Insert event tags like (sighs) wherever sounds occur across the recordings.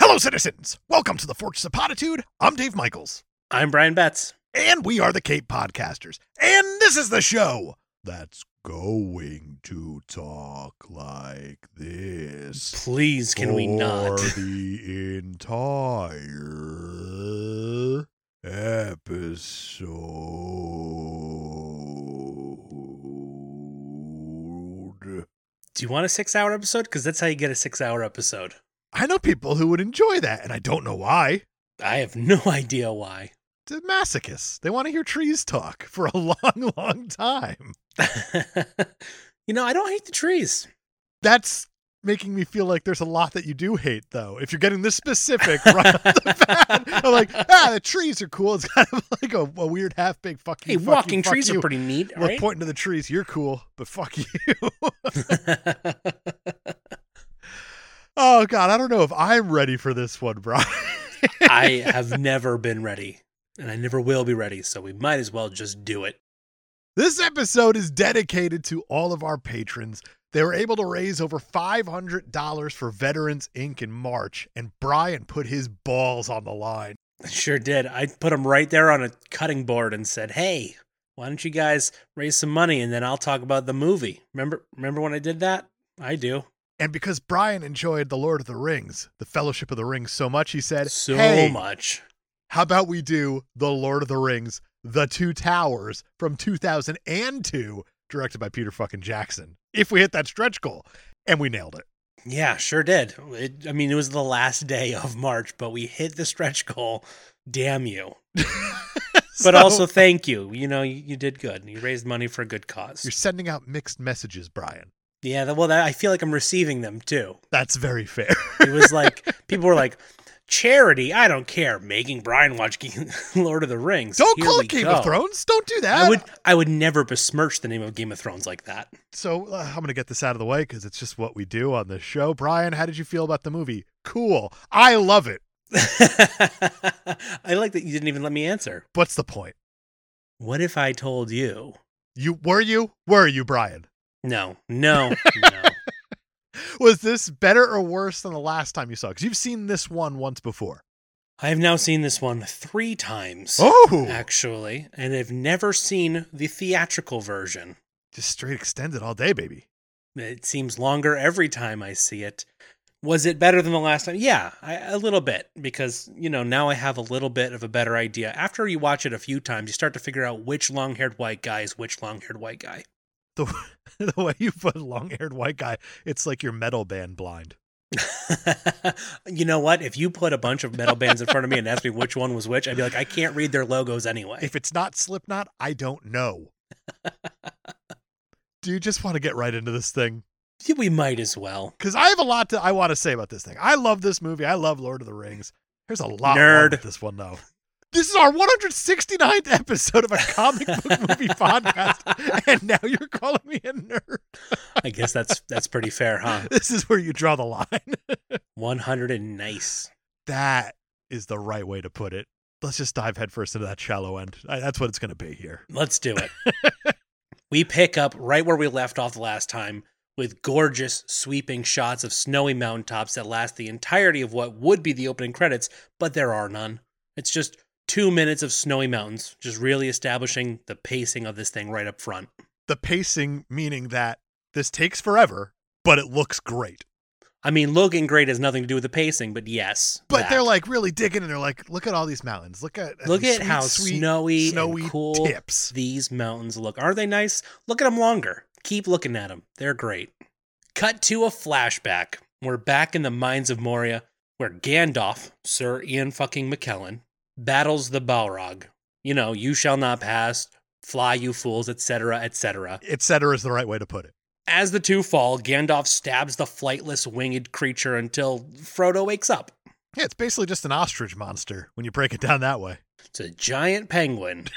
Hello, citizens! Welcome to the Fortress of Potitude. I'm Dave Michaels, I'm Brian Betts. and we are the Cape Podcasters, and this is the show that's going to talk like this. Please, can we not? (laughs) For the entire episode. Do you want a six hour episode? Because that's how you get a six hour episode. I know people who would enjoy that, and I don't know why. I have no (laughs) idea why. The masochists. They want to hear trees talk (laughs) for a long, long time. you know, I don't hate the trees. That's making me feel like there's a lot that you do hate, though. If you're getting (laughs) this specific right off the bat, I'm like, ah, the trees are cool. It's (laughs) kind of like a, a weird half baked fuck Hey, you. fuck you, walking fuck trees you. are pretty neat, We're right? pointing to the trees. You're cool, but fuck (laughs) you. Oh, God. I don't know if I'm ready for this one, Brian. (laughs) I have never been ready, and I never will be ready, so we might as well just do it. This episode is dedicated to all of our patrons. They were able to raise over $500 for Veterans Inc. in March, and Brian put his balls on the line. I Sure did. I put them right there on a cutting board and said, "Hey, why don't you guys raise some money and then I'll talk about the movie." Remember remember when I did that? I do. And because Brian enjoyed The Lord of the Rings, The Fellowship of the Rings so much, he said, So hey, much. how about we do The Lord of the Rings, The Two Towers from 2002, directed by Peter fucking Jackson, if we hit that stretch goal. And we nailed it. Yeah, sure did. It, I mean, it was the last day of March, but we hit the stretch goal. Damn you. But (laughs) So, also thank you. You know, you, you did good. You raised money for a good cause. you're sending out mixed messages, Brian. Yeah, that- well, that, I feel like I'm receiving them too. That's very fair. It was (laughs) like people were like, "Charity, I don't care." Making Brian watch King- (laughs) Lord of the Rings. Don't Here call we it Game go." of Thrones. Don't do that. I would I would never besmirch the name of Game of Thrones like that. (laughs) So uh, I'm going to get this out of the way because it's just what we do on this show. Brian, how did you feel about the movie? Cool. I love it. I like that you didn't even let me answer. What's the point? What if I told you? You were you? Were you, Brian? No, (laughs) no, no. Was this better or worse than the last time you saw? Because you've seen this one once before. I have now seen this one three times, Oh, actually, and I've never seen the theatrical version. just straight extended all day, baby. It seems longer every time I see it. Was it better than the last time? Yeah, I, a little bit because you know now I have a little bit of a better idea. After you watch it a few times, you start to figure out which long-haired white guy is which long-haired white guy. The, (laughs) the way you put long-haired white guy, it's like your metal band blind. (laughs) you know what? If you put a bunch of metal bands in front of me and asked me which one was which, I'd be like, I can't read their logos anyway. If it's not Slipknot, I (laughs) don't know. do you just want to get right into this thing? Yeah, we might as well. because I have a lot to I want to say about this thing. I love this movie. I love Lord of the Rings. There's a lot wrong Nerd. with this one though. This is our 169th episode of a comic book (laughs) movie podcast, and now you're calling me a nerd. I guess that's that's pretty fair, huh? This is where you draw the line. One hundred and nice. That is the right way to put it. Let's just dive headfirst into that shallow end. I, that's what it's going to be here. Let's do it. (laughs) we pick up right where we left off the last time with gorgeous sweeping shots of snowy mountaintops that last the entirety of what would be the opening credits, but there are none. It's just two minutes of snowy mountains, just really establishing the pacing of this thing right up front. The pacing, meaning that this takes forever, but it looks great. I mean, looking great has nothing to do with the pacing, but yes. But that. they're like really digging, and they're like, look at all these mountains. Look at uh, look at these sweet, how sweet, snowy, and snowy cool tips. these mountains look. Aren't they nice? Look at them longer. Keep looking at them. They're great. Cut to a flashback. We're back in the mines of Moria, where Gandalf, Sir Ian fucking McKellen, battles the Balrog. You know, you shall not pass, fly, you fools, etc., etc. et cetera is the right way to put it. As the two fall, Gandalf stabs the flightless winged creature until Frodo wakes up. Yeah, it's basically just an ostrich monster when you break it down that way. It's a giant penguin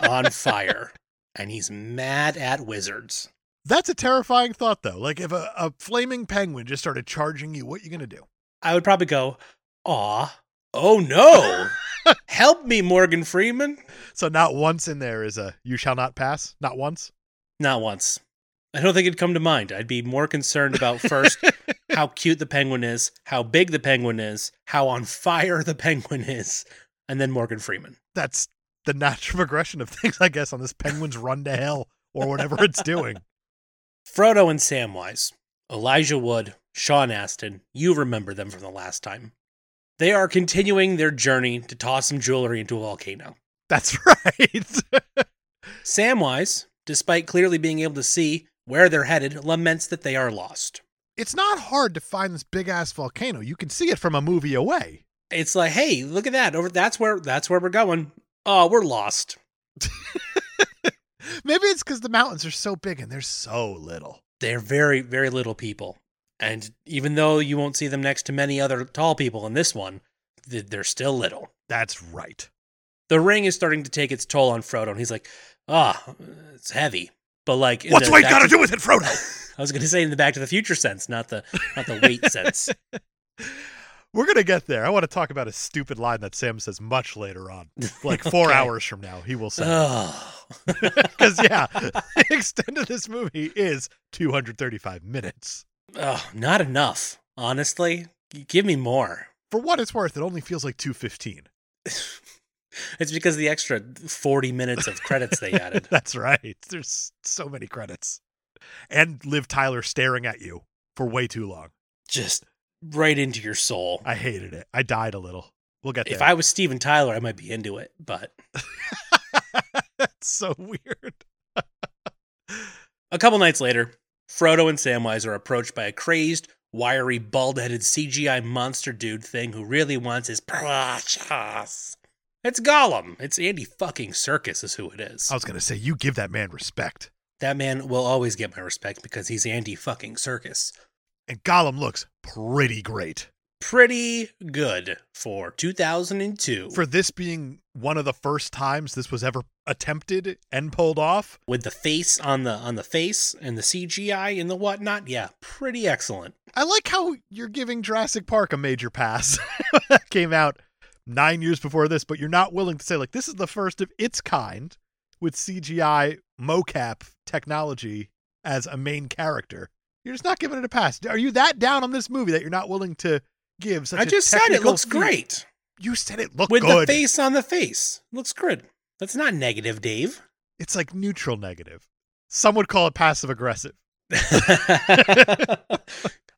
on fire, and he's mad at wizards. That's a terrifying thought, though. Like, if a, a flaming penguin just started charging you, what you going to do? I would probably go, aw, oh no, help me, Morgan Freeman. So, not once in there is a you shall not pass. Not once. Not once. I don't think it'd come to mind. I'd be more concerned about first how cute the penguin is, how big the penguin is, how on fire the penguin is, and then Morgan Freeman. That's the natural (laughs) progression of things, I guess, on this penguin's run to hell or whatever it's (laughs) doing. Frodo and Samwise, Elijah Wood, Sean Astin, you remember them from the last time. They are continuing their journey to toss some jewelry into a volcano. That's right. (laughs) Samwise, despite clearly being able to see where they're headed, laments that they are lost. it's not hard to find this big ass volcano. You can see it from a movie away. It's like, hey, look at that. Over that's where that's where we're going. Oh, we're lost. Maybe it's because the mountains are so big and there's so little. They're very, very little people. And even though you won't see them next to many other tall people in this one, th- they're still little. That's right. the ring is starting to take its toll on Frodo, and he's like, "Ah, it's heavy." But like, in What's the weight Back got to to- do with it, Frodo? (laughs) I was going to say in the Back to the Future sense, not the not the (laughs) weight sense. (laughs) We're gonna get there. I want to talk about a stupid line that Sam says much later on, like four Okay. hours from now. He will say Oh, because yeah, (laughs) the extent of this movie is 235 minutes. oh, not enough. Honestly, G- give me more. (laughs) For what it's worth, it only feels like 215. It's because of the extra forty minutes of credits they added. (laughs) That's right. There's so many credits, and Liv Tyler staring at you for way too long. Just right into your soul. I hated it. I died a little. We'll get there. If I was Steven Tyler, I might be into it, but (laughs) That's so weird. A couple nights later, Frodo and Samwise are approached by a crazed, wiry, bald headed CGI monster dude thing who really wants his precious. It's Gollum. It's Andy fucking Circus, is who it is. I was gonna say you give that man respect. That man will always get my respect because he's Andy fucking Circus. And Gollum looks pretty great Pretty good for 2002 for this being one of the first times this was ever attempted and pulled off. with the face on the on the face and the CGI and the whatnot. Yeah, pretty excellent. I like how you're giving Jurassic Park a major pass. (laughs) that came out nine years before this, but you're not willing to say like this is the first of its kind with CGI mocap technology as a main character. You're just not giving it a pass. Are you that down on this movie that you're not willing to give such I a just said it technical looks feat? great You said it looked with good. the face on the face. Looks good. That's not negative, Dave. It's like neutral negative. Some would call it passive aggressive. (laughs) (laughs)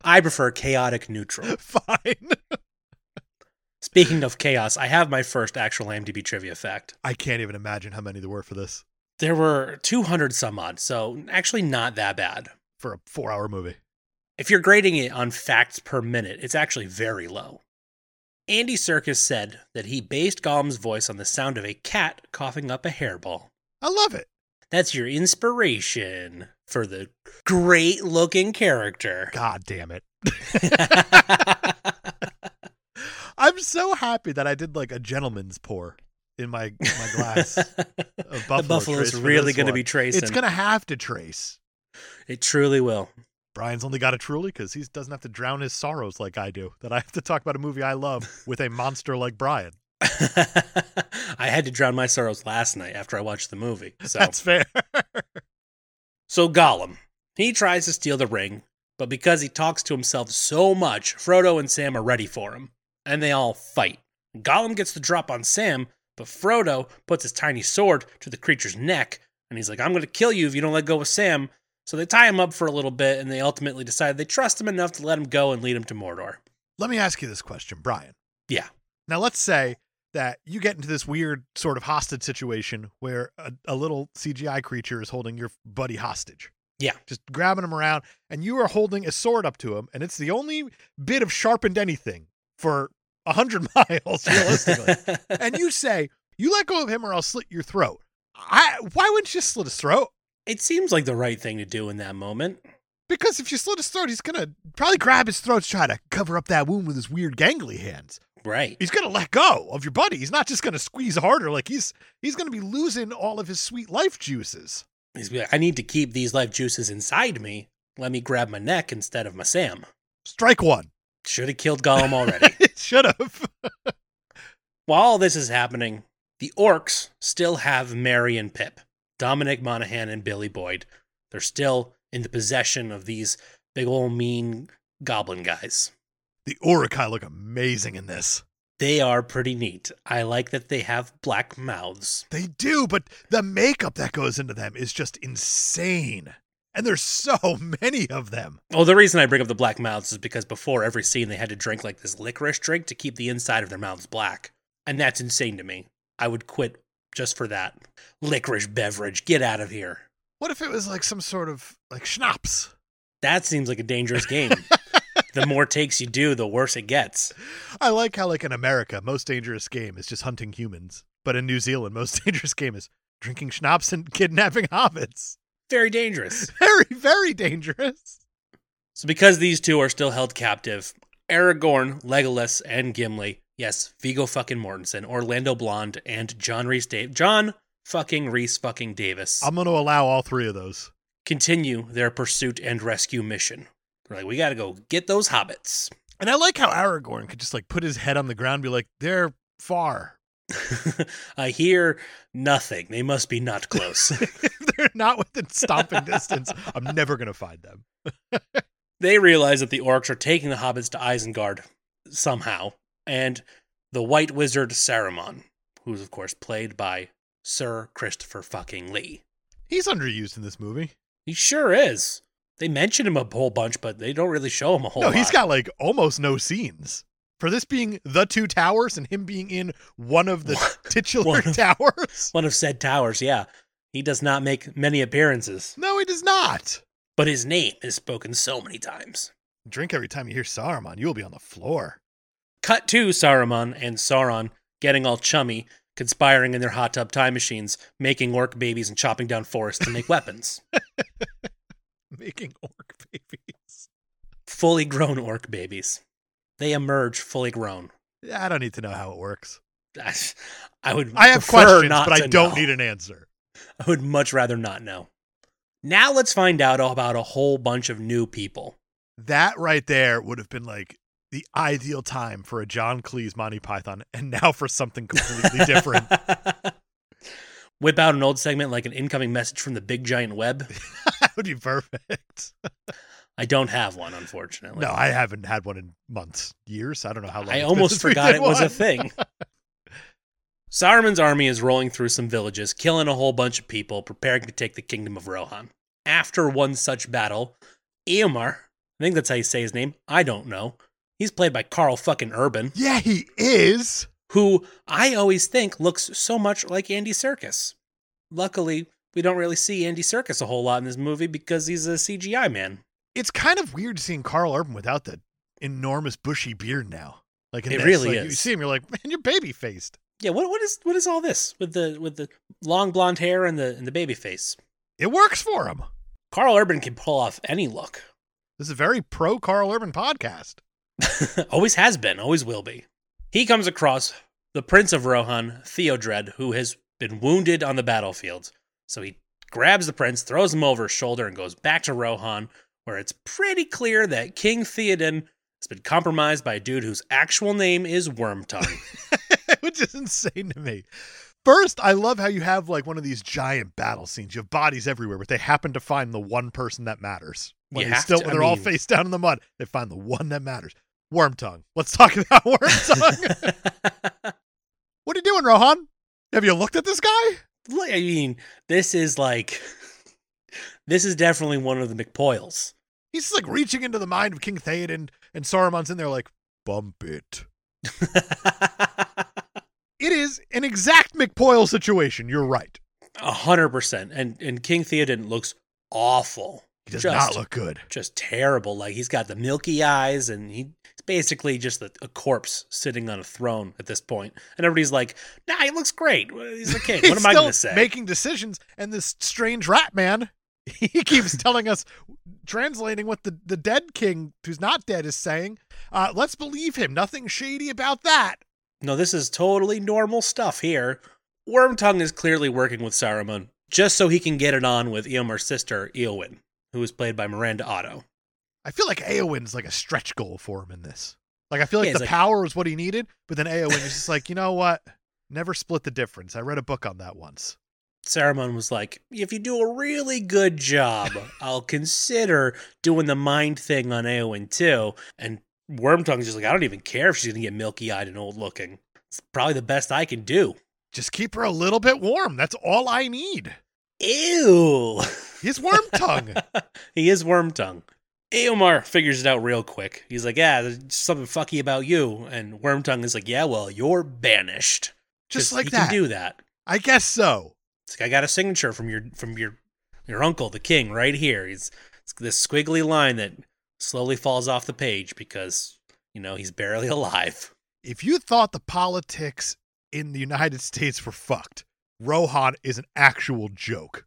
I prefer chaotic neutral. Fine. Speaking of chaos, I have my first actual IMDb trivia fact. I can't even imagine how many there were for this There were 200 some odd, so actually not that bad. for a four hour movie. If you're grading it on facts per minute, it's actually very low. Andy Serkis said that he based Gollum's voice on the sound of a cat coughing up a hairball. I love it. That's your inspiration for the great looking character. (laughs) God damn it. I'm so happy that I did like a gentleman's pour in my my (laughs) (laughs) glass of buffalo. the buffalo's Trace for really this going to one. be tracing. It's gonna have to trace. It truly will. (laughs) Brian's only got a truly because he doesn't have to drown his sorrows like I do. That I have to talk about a movie I love with a monster like Brian. I had to drown my sorrows last night after I watched the movie. So, That's fair. so Gollum, he tries to steal the ring, but because he talks to himself so much, Frodo and Sam are ready for him, and they all fight. Gollum gets the drop on Sam, but Frodo puts his tiny sword to the creature's neck, and he's like, "I'm going to kill you if you don't let go of Sam." So they tie him up for a little bit, and they ultimately decide they trust him enough to let him go and lead him to Mordor. Let me ask you this question, Brian. Yeah. Now let's say that you get into this weird sort of hostage situation where a, a little CGI creature is holding your buddy hostage. Yeah. Just grabbing him around and you are holding a sword up to him and it's the only bit of sharpened anything for a hundred (laughs) miles (laughs) realistically. and you say, you let go of him or I'll slit your throat. I why wouldn't you slit his throat? It seems like the right thing to do in that moment. Because if you slit his throat, he's gonna probably grab his throat to try to cover up that wound with his weird gangly hands. Right. He's gonna let go of your buddy. He's not just gonna squeeze harder. Like he's he's gonna be losing all of his sweet life juices. He's be like, I need to keep these life juices inside me. Let me grab my neck instead of my Sam. Strike one. (laughs) Should have killed Gollum already. it should have. While all this is happening, the orcs still have Mary and Pip, Dominic Monaghan and Billy Boyd. They're still in the possession of these big old mean goblin guys. The Orokai look amazing in this. They are pretty neat. I like that they have black mouths. They do, but the makeup that goes into them is just insane. And there's so (laughs) many of them. Well, the reason I bring up the black mouths is because before every scene, they had to drink like this licorice drink to keep the inside of their mouths black. And that's insane to me. I would quit just for that. Licorice beverage, get out of here. What if it was like some sort of like schnapps? That seems like a dangerous game. the more takes you do, the worse it gets. I like how like in America, most dangerous game is just hunting humans, but in New Zealand, (laughs) most dangerous game is drinking schnapps and kidnapping hobbits. (laughs) Very dangerous. Very, very dangerous. So, because these two are still held captive, Aragorn, Legolas, and Gimli, yes, Vigo fucking Mortensen, Orlando Blonde, and John Reese Dave, John fucking Reese fucking Davis, I'm going to allow all three of those. continue their pursuit and rescue mission. They're like, we gotta go get those hobbits. (laughs) And I like how Aragorn could just like put his head on the ground and be like, they're far. (laughs) I hear nothing. They must be not (laughs) close. (laughs) if they're not within stomping distance, (laughs) I'm never going to find them. they realize that the orcs are taking the hobbits to Isengard somehow, and the white wizard Saruman, who's of course played by Sir Christopher fucking Lee. He's underused in this movie. He sure is. They mention him a whole bunch, but they don't really show him a whole no, lot. he's got like almost no scenes. For this being the two towers and him being in one of the titular One of- (laughs) towers. (laughs) one of said towers, yeah. He does not make many appearances, No, he does not. but his name is spoken so many times. Drink every time you hear Saruman, you will be on the floor. Cut to Saruman and Sauron getting all chummy, conspiring in their hot tub time machines, making orc babies and chopping down forests to (laughs) make weapons. Making orc babies. fully grown orc babies. They emerge fully grown. I don't need to know how it works. I, I would. I have prefer questions, not but I to don't know. need an answer. I would much rather not know. Now let's find out about a whole bunch of new people. That right there would have been like the ideal time for a John Cleese Monty Python, and now for something completely (laughs) different. Whip out an old segment like an incoming message from the big giant web. that would be perfect. I don't have one, unfortunately. (laughs) No, I haven't had one in months, years. I don't know how long. I it's been almost (laughs) since we forgot did it was one. a thing. (laughs) Saruman's army is rolling through some villages, killing a whole bunch of people, preparing to take the kingdom of Rohan. After one such battle, Eomar, I think that's how you say his name, I don't know. He's played by Carl fucking Urban, Yeah, he is. who I always think looks so much like Andy Serkis. Luckily, we don't really see Andy Serkis a whole lot in this movie because he's a CGI man. It's kind of weird seeing Carl Urban without the enormous bushy beard now. Like in It this, really like, You is. see him, you're like, man, you're baby faced. Yeah, what what is what is all this with the with the long blonde hair and the and the baby face? It works for him. Carl Urban can pull off any look. (laughs) This is a very pro Carl Urban podcast. always has been, always will be. He comes across the Prince of Rohan, Theodred, who has been wounded on the battlefield. So he grabs the prince, throws him over his shoulder, and goes back to Rohan, where it's pretty clear that King Theoden has been compromised by a dude whose actual name is Wormtongue. (laughs) (laughs) which is insane to me. First, I love how you have like one of these giant battle scenes. You have bodies everywhere, but they happen to find the one person that matters. When You they have still, to- I when they're all mean- face down in the mud, they find the one that matters. Worm tongue. Let's talk (laughs) about worm (laughs) tongue. what are you doing, Rohan? Have you looked at this guy? Look, I mean, this is like, (laughs) this is definitely one of the McPoyles. (laughs) He's just, like reaching into the mind of King Theoden, and Saruman's in there like, bump it. It is an exact McPoyle situation. You're right. A hundred percent. And and King Theoden looks awful. He does Just- not look good. just terrible. Like he's got the milky eyes, and he, he's basically just a, a corpse sitting on a throne at this point. And everybody's like, (laughs) "Nah, he looks great. He's a king. What He's am I still going to say?" Making decisions, and this strange rat man (laughs) he (laughs) keeps telling us, translating what the, the dead king, who's not dead, is saying. Uh, let's believe him. Nothing shady about that. No, this is totally normal stuff here. Wormtongue is clearly working with Saruman just so he can get it on with Eomer's sister, Eowyn, who is played by Miranda Otto. I feel like Eowyn's like a stretch goal for him in this. Like I feel like Yeah, the it's like- power was what he needed, but then Eowyn is just like, you know what? Never split the difference. I read a book on that once. Saruman was like, if you do a really good job, I'll consider doing the mind thing on Eowyn too. And Wormtongue's just like, I don't even care if she's going to get milky eyed and old looking. It's probably the best I can do. Just keep her a little bit warm. That's all I need. Ew. (laughs) He's worm tongue. he is Wormtongue. Eomar figures it out real quick. He's like, yeah, there's something fucky about you. And Wormtongue is like, yeah, well, you're banished. just 'Cause like he that. can do that. I guess so. It's like I got a signature from your from your your uncle, the king, right here. He's it's this squiggly line that slowly falls off the page because you know he's barely (laughs) alive. If you thought the politics in the United States were fucked, Rohan is an actual joke.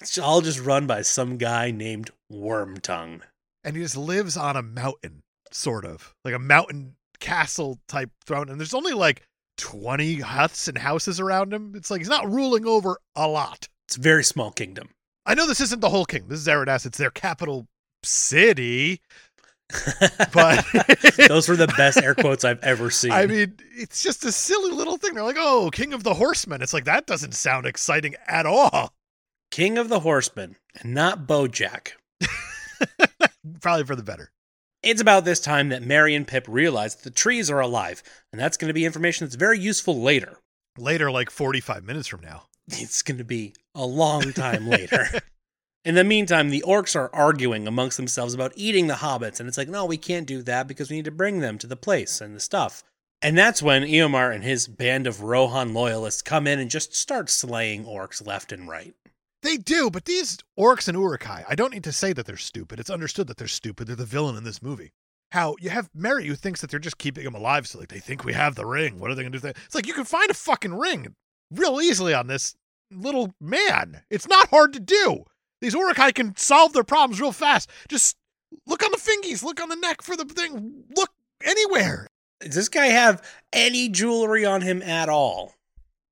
it's all just run by some guy named Wormtongue. And he just lives on a mountain, sort of. Like a mountain castle type throne. And there's only like 20 huts and houses around him. It's like he's not ruling over a lot. It's a very small kingdom. (laughs) I know this isn't the whole king. This is Eridas. It's their capital city. But (laughs) (laughs) those were the best air quotes I've ever seen. I mean, it's just a silly little thing. They're like, oh, King of the Horsemen. It's like, that doesn't sound exciting at all. King of the Horsemen, and not Bojack. Probably for the better. It's about this time that Mary and Pip realize that the trees are alive, and that's going to be information that's very useful later. Later, like 45 minutes from now. (laughs) It's going to be a long time later. In the meantime, the orcs are arguing amongst themselves about eating the hobbits, and it's like, no, we can't do that because we need to bring them to the place and the stuff. And that's when Eomar and his band of Rohan loyalists come in and just start slaying orcs left and right. They do, but these orcs and urukai, I don't need to say that they're stupid. It's understood that they're stupid. They're the villain in this movie. How you have Mary who thinks that they're just keeping him alive, so like they think we have the ring. What are they gonna do? with that? It's like you can find a fucking ring real easily on this little man. It's not hard to do. These urukai can solve their problems real fast. Just look on the fingies, look on the neck for the thing, look anywhere. Does this guy have any jewelry on him at all?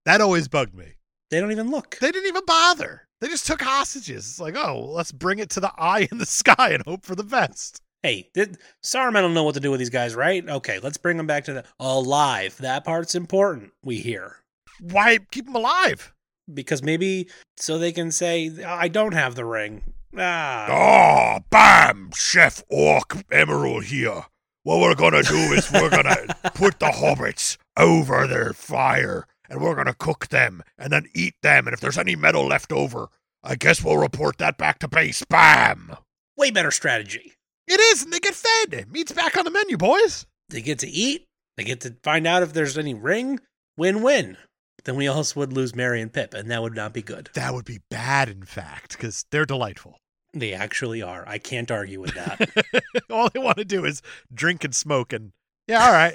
That always bugged me. They don't even look. They didn't even bother. They just took hostages. It's like, oh, let's bring it to the eye in the (laughs) sky and hope for the best. Hey, did, Saruman don't know what to do with these guys, right? Okay, let's bring them back to the alive. That part's important. We hear why keep him alive? because maybe so they can say I don't have the ring. Ah, Oh, bam! Chef Orc Emerald here. What we're gonna do is we're (laughs) gonna put the hobbits over their fire and we're gonna cook them and then eat them. And if there's any metal left over, I guess we'll report that back to base. Bam! way better strategy. It is, and they get fed. Meat's back on the menu, boys. They get to eat. They get to find out if there's any ring. Win-win. Then we also would lose Mary and Pip, and that would not be good. That would be bad, in fact, because they're delightful. They actually are. I can't argue with (laughs) that. All they want to do is drink and smoke and. Yeah, all right.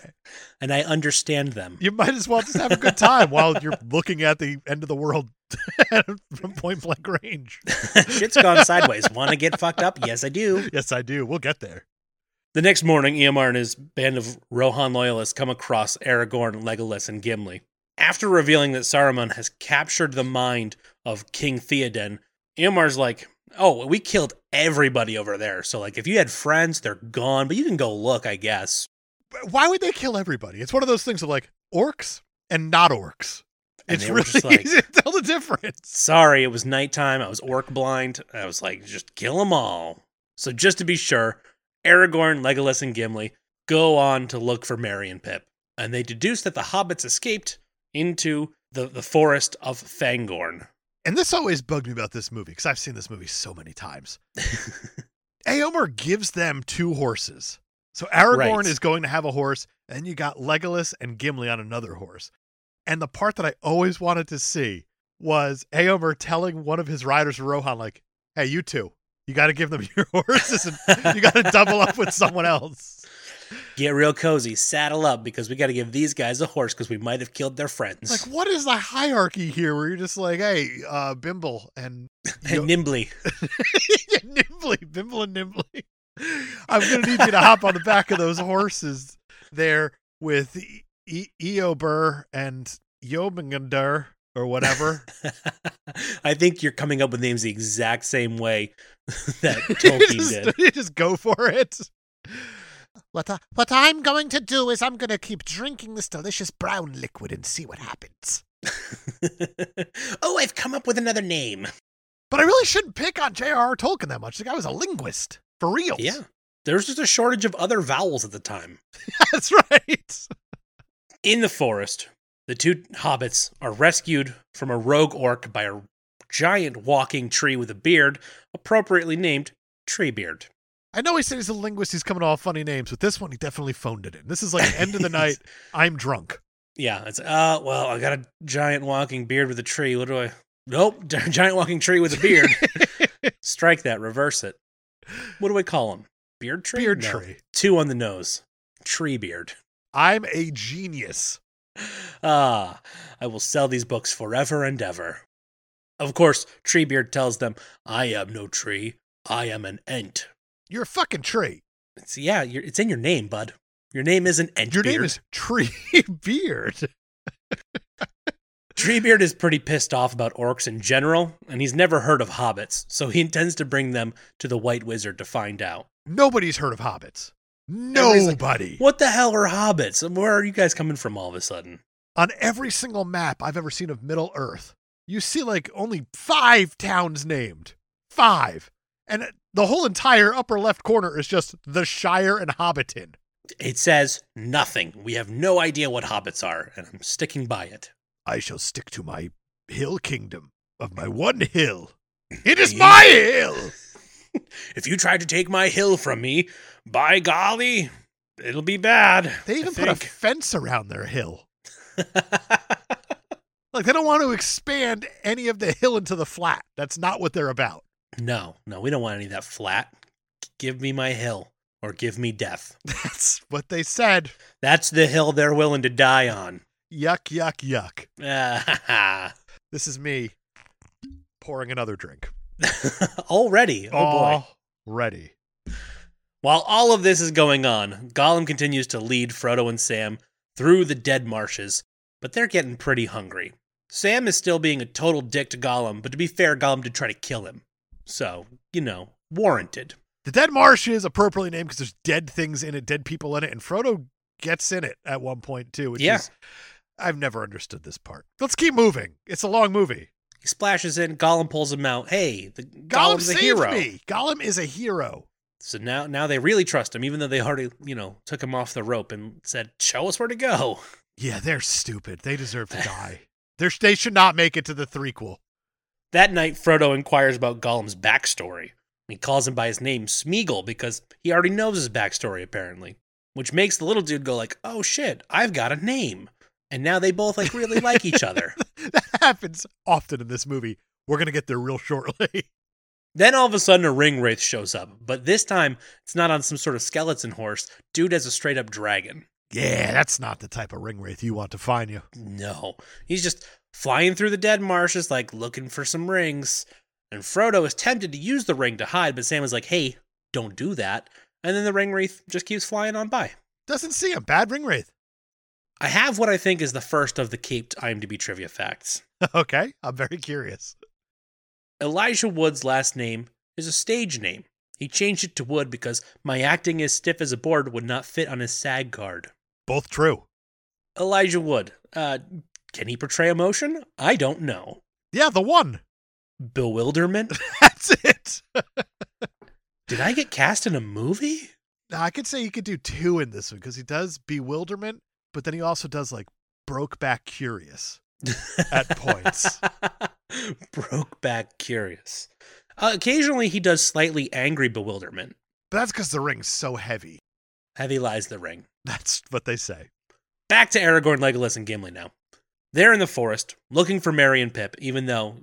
and I understand them. you might as well just have a good time while you're looking at the end of the world (laughs) from point blank range. (laughs) Shit's gone sideways. Want to get fucked up? Yes, I do. Yes, I do. We'll get there. The next morning, Eomar and his band of Rohan loyalists come across Aragorn, Legolas, and Gimli. After revealing that Saruman has captured the mind of King Theoden, Eomar's like, "Oh, we killed everybody over there. So like, if you had friends, they're gone. But you can go look, I guess." But Why would they kill everybody? It's one of those things of like orcs and not orcs. And it's they were really just like- easy to tell the difference. Sorry, it was nighttime. I was orc blind. I was like, just kill them all. So just to be sure, Aragorn, Legolas, and Gimli go on to look for Merry and Pip, and they deduce that the hobbits escaped into the, the forest of Fangorn. And this always bugged me about this movie because I've seen this movie so many times. Aomer gives them two horses. So Aragorn Right. is going to have a horse, and you got Legolas and Gimli on another horse. And the part that I always wanted to see was Aomer telling one of his riders, Rohan, like, (laughs) (laughs) hey, you two, you got to give them your horses and you got to double up with someone else. Get real cozy, saddle up because we got to give these guys a horse because we might have killed their friends. Like, what is the hierarchy here? Where you're just like, hey, uh, Bimble and (laughs) and nimbly. yeah, (laughs) Nimbly, Bimble and Nimbly. I'm gonna need you to hop on the back of those horses there with E- E- Eober and Yobingander or (laughs) whatever. I think you're coming up with names the exact same way (laughs) that you, Tolkien did. just, (laughs) you just go for it. What, I, what I'm going to do is I'm going to keep drinking this delicious brown liquid and see what happens. (laughs) oh, I've come up with another name. But I really shouldn't pick on J.R.R. Tolkien that much. The guy was a linguist for real. Yeah. There's just a shortage of other vowels at the time. (laughs) that's right. In the forest, the two hobbits are rescued from a rogue orc by a giant walking tree with a beard, appropriately named Treebeard. I know he said he's a linguist. He's coming all funny names, but this one he definitely phoned it in. This is like end (laughs) of the night. I'm drunk. Yeah, it's uh well, I got a giant walking beard with a tree. What do I Nope, (laughs) giant walking tree with a (laughs) beard. Strike that, reverse it. What do I call him? Beard tree? Beard No. tree. Two on the nose. Tree beard. I'm a genius. Ah, I will sell these books forever and ever. Of course, Treebeard tells them, I am no tree. I am an ent. You're a fucking tree. It's, yeah, you're, it's in your name, bud. Your name isn't Ent. Your name is Tree (laughs) Beard. Treebeard is pretty pissed off about orcs in general, and he's never heard of hobbits, so he intends to bring them to the White Wizard to find out. Nobody's heard of hobbits. Everybody's like, Nobody. What the hell are hobbits? And Where are you guys coming from all of a sudden? On every single map I've ever seen of Middle Earth, you see like only five towns named. Five. And the whole entire upper left corner is just the Shire and Hobbiton. It says nothing. We have no idea what hobbits are, and I'm sticking by it. I shall stick to my hill kingdom of my one (laughs) hill. It is Yeah. my hill. (laughs) If you try to take my hill from me, by golly, it'll be bad. They I even put a think. fence around their hill. Like they don't want to expand any of the hill into the flat. That's not what they're about. (laughs) (laughs) no, no, we don't want any of that flat. Give me my hill or give me death. That's what they said. That's the hill they're willing to die on. (laughs) Yuck, yuck, yuck. Ah, This is me pouring another drink. Already. Oh, boy. Ready. While all of this is going on, Gollum continues to lead Frodo and Sam through the dead marshes, but they're getting pretty hungry. Sam is still being a total dick to Gollum, but to be fair, Gollum did try to kill him. So, you know, warranted. The Dead Marsh is appropriately named because there's dead things in it, dead people in it, and Frodo gets in it at one point too, which Yeah. is I've never understood this part. Let's keep moving. It's a long movie. He splashes in, Gollum pulls him out. Hey, the Gollum Gollum's a saved hero. me. Gollum is a hero. So now now they really trust him, even though they already, you know, took him off the rope and said, Show us where to go. Yeah, they're stupid. They deserve to die. They're, they should not make it to the threequel. (laughs) That night, Frodo inquires about Gollum's backstory. He calls him by his name, Smeagol, because he already knows his backstory, apparently. Which makes the little dude go like, oh shit, I've got a name. And now they both like really like each other. that happens often in this movie. We're gonna get there real shortly. (laughs) Then all of a sudden a ring wraith shows up, but this time it's not on some sort of skeleton horse. Dude has a straight up dragon. yeah, that's not the type of ring wraith you want to find you. No. He's just flying through the dead marshes, like looking for some rings. And Frodo is tempted to use the ring to hide, but Sam is like, hey, don't do that. And then the ring wraith just keeps flying on by. Doesn't see him. Bad ring wraith. (laughs) I have what I think is the first of the caped IMDb trivia facts. okay, I'm very curious. Elijah Wood's last name is a stage name. He changed it to Wood because my acting as stiff as a board would not fit on his SAG card. Both true. Elijah Wood. Uh, can he portray emotion? I don't know. Yeah, the one. (laughs) Bewilderment? That's it. Did I get cast in a movie? Now, I could say he could do two in this one because he does bewilderment, but then he also does like broke back curious (laughs) at points. Broke back curious. Uh, occasionally he does slightly angry bewilderment. But that's because the ring's so heavy. Heavy lies the ring. (laughs) That's what they say. Back to Aragorn, Legolas, and Gimli now. They're in the forest looking for Merry and Pip, even though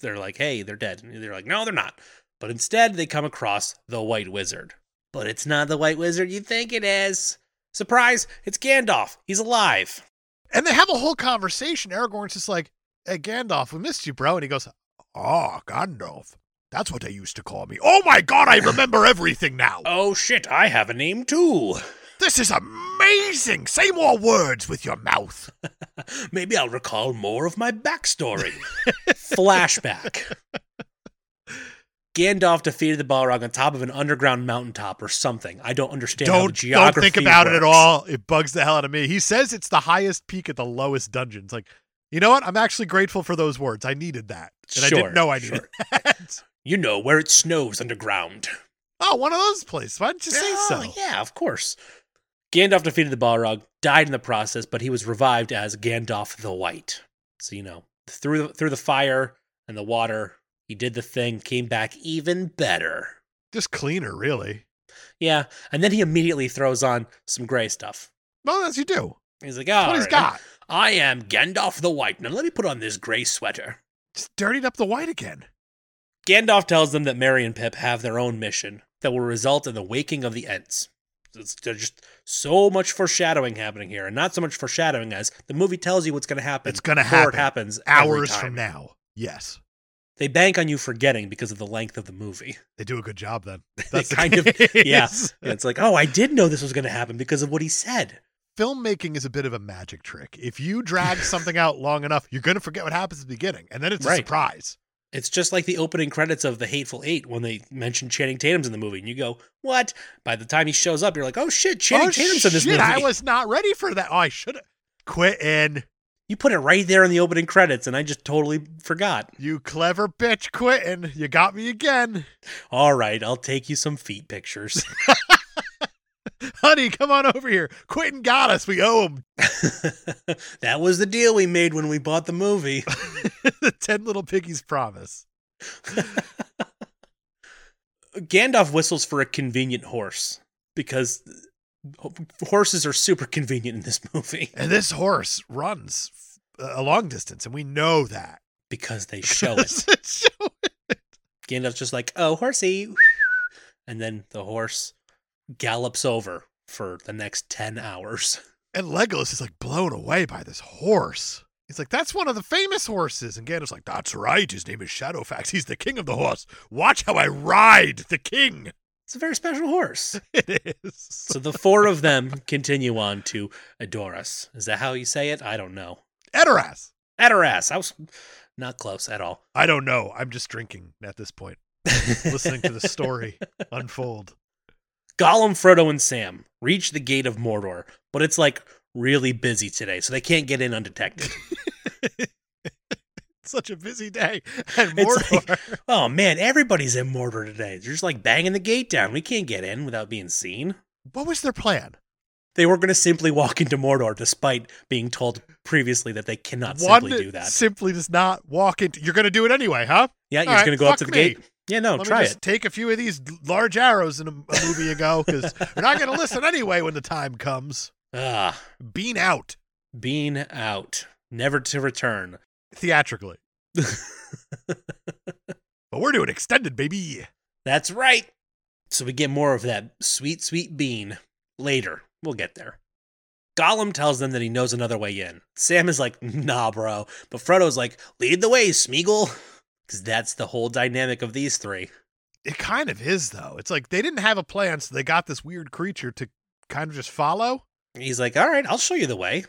they're like, hey, they're dead. And they're like, no, they're not. But instead, they come across the White Wizard. But it's not the White Wizard you think it is. Surprise, it's Gandalf. He's alive. And they have a whole conversation. Aragorn's just like, "Hey Gandalf, we missed you, bro." And he goes, "Oh, Gandalf, that's what they used to call me. Oh my God, I remember (laughs) everything now. Oh shit, I have a name too. This is amazing. Say more words with your mouth." (laughs) Maybe I'll recall more of my backstory. Flashback. Gandalf defeated the Balrog on top of an underground mountaintop or something. I don't understand how the Don't don't geography think about it at works. all. It bugs the hell out of me. He says it's the highest peak at the lowest dungeon. It's like, you know what? I'm actually grateful for those words. I needed that, and I Sure, didn't know I needed sure. (laughs) that. You know where it snows underground. Oh, one of those places. Why didn't you say so? Oh, yeah, of course. Gandalf defeated the Balrog, died in the process, but he was revived as Gandalf the White. So you know, through the, through the fire and the water, he did the thing, came back even better. Just cleaner, really. Yeah, and then he immediately throws on some gray stuff. Well, as you do. He's like, That's "Oh, what he's got. I am Gandalf the White. Now let me put on this gray sweater." Just dirtied up the white again. Gandalf tells them that Merry and Pip have their own mission that will result in the waking of the Ents. It's, there's just so much foreshadowing happening here, and not so much foreshadowing as the movie tells you what's going to happen. It's gonna before happen. It happens every Hours time. from now. Yes. They bank on you forgetting because of the length of the movie. They do a good (laughs) job then. That's the kind (laughs) of- case. yeah. It's like, oh, I did know this was going to happen because of what he said. Filmmaking is a bit of a magic trick. If you drag something out long enough, you're going to forget what happens at the beginning, and then it's a Right. surprise. It's just like the opening credits of The Hateful Eight when they mention Channing Tatum's in the movie, and you go, "What?" By the time he shows up, you're like, "Oh shit, Channing oh, Tatum's in this shit, movie." I was not ready for that. Oh, I should have. Quit in. you put it right there in the opening credits, and I just totally forgot. You clever bitch, Quentin. You got me again. (laughs) All right, I'll take you some feet pictures. (laughs) Honey, come on over here. Quentin got us. We owe him (laughs) that was the deal we made when we bought the movie. the 10 little piggies promise. Gandalf whistles for a convenient horse because uh, horses are super convenient in this (laughs) movie And this horse runs f- a long distance, and we know that. because they show (laughs) it. Show it. Gandalf's just like, oh, horsey. And then the horse gallops over for the next 10 hours. (laughs) And Legolas is like blown away by this horse. He's like, that's one of the famous horses. And Gandalf's like, that's right. His name is Shadowfax. He's the king of the horse. Watch how I ride the king. (laughs) It's a very special horse. It is. So the four of them continue on to Adorus. Is that how you say it? I don't know. Edoras. Adoras. I was not close at all. I don't know. I'm just drinking at this point, listening to the story unfold. (laughs) Gollum, Frodo, and Sam reach the gate of Mordor, but it's like really busy today, so they can't get in undetected. Such a busy day. And It's like- Mordor. oh man, everybody's in Mordor today. They're just like banging the gate down. We can't get in without being seen. (laughs) what was their plan? They were going to simply walk into Mordor despite being told previously that they cannot simply do that. simply does not walk into. You're going to do it anyway, huh? Yeah, you're All just right, going to go up fuck to the me. gate. Yeah, no, Let try me just it. take a few of these l- large arrows in a, a movie ago (laughs) because we're not going to listen anyway when the time comes. Ah, Bean out bean out, never to return. theatrically, (laughs) but we're doing extended, baby. That's right. So we get more of that sweet, sweet bean later. We'll get there. Gollum tells them that he knows another way in. Sam is like, nah, bro. But Frodo's like, lead the way, Smeagol. Because that's the whole dynamic of these three. It kind of is though. It's like they didn't have a plan, so they got this weird creature to kind of just follow. He's like, all right, I'll show you the way.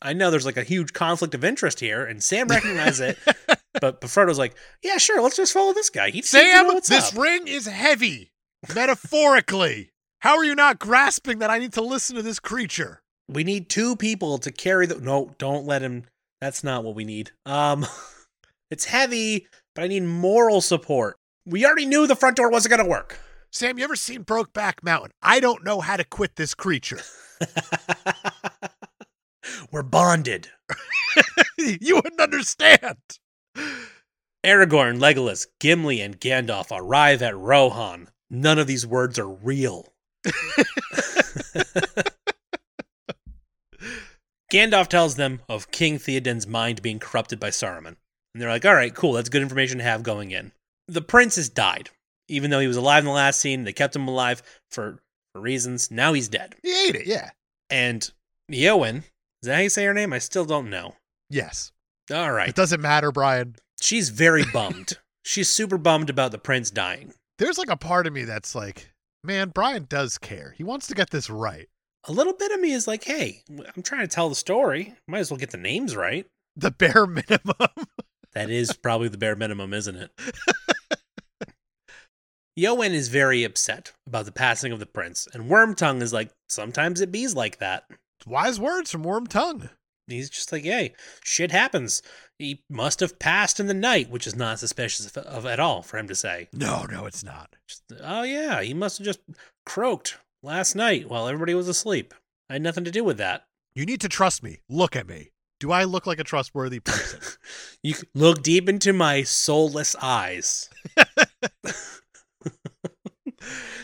I know there's like a huge conflict of interest here, and Sam recognizes (laughs) it. But, but Frodo's like, yeah, sure, let's just follow this guy. He seems to Sam, know what's this up." ring is heavy, metaphorically. How are you not grasping that I need to listen to this creature? We need two people to carry the. No, don't let him. That's not what we need. Um, (laughs) it's heavy, but I need moral support. We already knew the front door wasn't gonna work. (laughs) Sam, you ever seen Brokeback Mountain? I don't know how to quit (laughs) this creature. We're bonded. you wouldn't understand. Aragorn, Legolas, Gimli, and Gandalf arrive at Rohan. None of these words are real. Gandalf tells them of King Theoden's mind being corrupted by Saruman. And they're like, all right, cool, that's good information to have going in. The prince has died. Even though he was alive in the last scene, they kept him alive for, for reasons. Now he's dead. He ate it, yeah. And Eowyn, is that how you say her name? I still don't know. Yes. All right. It doesn't matter, Brian. She's very bummed. She's super bummed about the prince dying. There's like a part of me that's like, man, Brian does care. He wants to get this right. A little bit of me is like, hey, I'm trying to tell the story. Might as well get the names right. The bare (laughs) minimum. That is probably the bare minimum, isn't it? Yowen is very upset about the passing of the prince, and Wormtongue is like, sometimes it bees like that. Wise words from Worm Tongue. He's just like, hey, shit happens. He must have passed in the night, which is not suspicious of, of at all for him to say. No, no, it's not. Just, oh yeah, he must have just croaked last night while everybody was asleep. I had nothing to do with that. You need to trust me. Look at me. Do I look like a trustworthy person? You c- look deep into my soulless eyes. (laughs)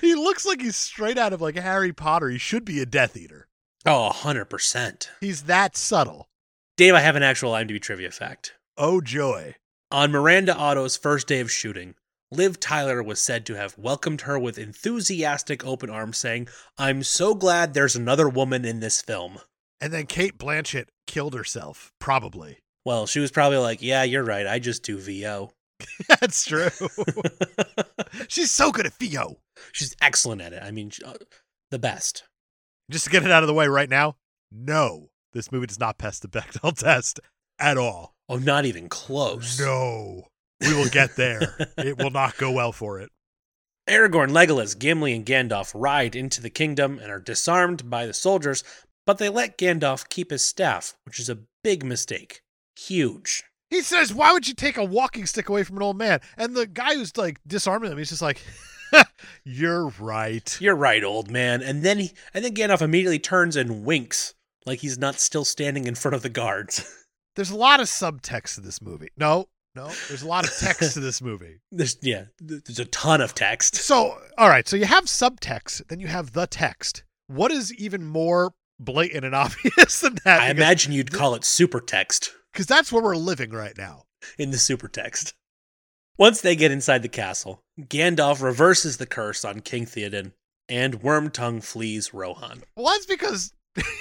he looks like he's straight out of like Harry Potter. He should be a Death Eater. Oh, 100%. He's that subtle. Dave, I have an actual IMDb trivia fact. Oh, joy. On Miranda Otto's first day of shooting, Liv Tyler was said to have welcomed her with enthusiastic open arms, saying, I'm so glad there's another woman in this film. And then Kate Blanchett killed herself, probably. Well, she was probably like, Yeah, you're right. I just do VO. (laughs) That's true. (laughs) She's so good at Theo. (laughs) She's excellent at it. I mean, she- uh, the best. Just to get it out of the way right now, no, this movie does not pass the Bechdel (laughs) test at all. Oh, not even close. No, we will (laughs) get there. it will not go well for it. Aragorn, Legolas, Gimli, and Gandalf ride into the kingdom and are disarmed by the soldiers, but they let Gandalf keep his staff, which is a big mistake. Huge. He says, "Why would you take a walking stick away from an old man?" And the guy who's like disarming him, he's just like, (laughs) "You're right." You're right, old man. And then he, and then Gandalf immediately turns and winks like he's not still standing in front of the guards. (laughs) There's a lot of subtext to this movie. No, no, there's a lot of text to this (laughs) movie. There's yeah, th- there's a ton of text. So, all right, so you have subtext, then you have the text. What is even more blatant and (laughs) obvious than that? I imagine you'd call it super text because that's where we're living right now. in the super text. Once they get inside the castle, Gandalf reverses the curse on King Theoden, and Wormtongue flees Rohan. Well, that's because (laughs)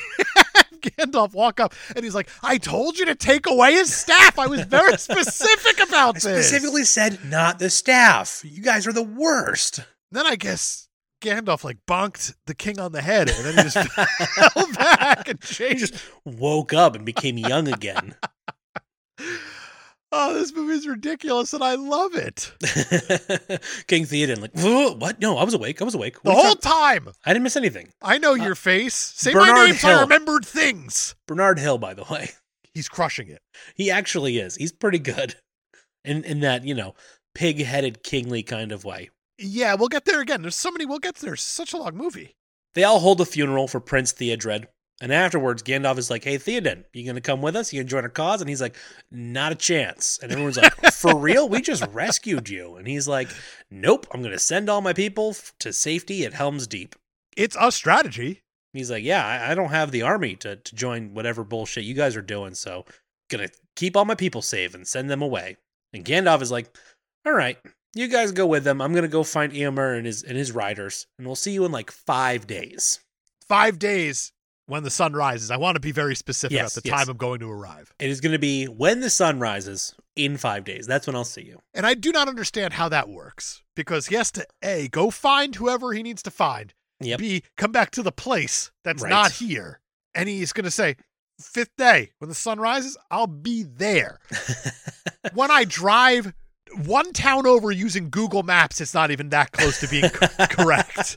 Gandalf walk up and he's like, "I told you to take away his staff. I was (laughs) very specific about I this." specifically said not the staff. You guys are the worst. Then I guess Gandalf like bonked the king on the head and then he just (laughs) fell back and He (laughs) changed. just woke up and became young again. (laughs) Oh, this movie is ridiculous and I love it. King Theoden, like, "Whoa, what? No, I was awake. I was awake. The What are you whole talking- time. I didn't miss anything. I know Uh, your face. Say my Bernard name so I Hill. remembered things. Bernard Hill, by the way, (laughs) He's crushing it. he actually is. He's pretty good in in that you know pig-headed kingly kind of way. Yeah, we'll get there again. There's so many we'll get there. It's Such a long movie. They all hold a funeral for Prince Theodred, and afterwards Gandalf is like, "Hey Theoden, you gonna come with us? You gonna join our cause?" And he's like, "Not a chance." And everyone's like, "For real? We just rescued you." And he's like, "Nope, I'm gonna send all my people f- to safety at Helm's Deep." It's a strategy. And he's like, "Yeah, I, I don't have the army to to join whatever bullshit you guys are doing, so gonna keep all my people safe and send them away." And Gandalf is like, "All right." You guys go with them. I'm gonna go find Eomer and his and his riders, and we'll see you in like five days. Five days when the sun rises. I want to be very specific Yes, about the yes. time I'm going to arrive. It is going to be when the sun rises in five days. That's when I'll see you. (laughs) And I do not understand how that works because he has to A, go find whoever he needs to find, Yep. B, come back to the place that's Right. not here. And he's going to say, fifth day, when the sun rises, I'll (laughs) be there. when I drive one town over using Google Maps, it's not even that close to (laughs) being co- correct.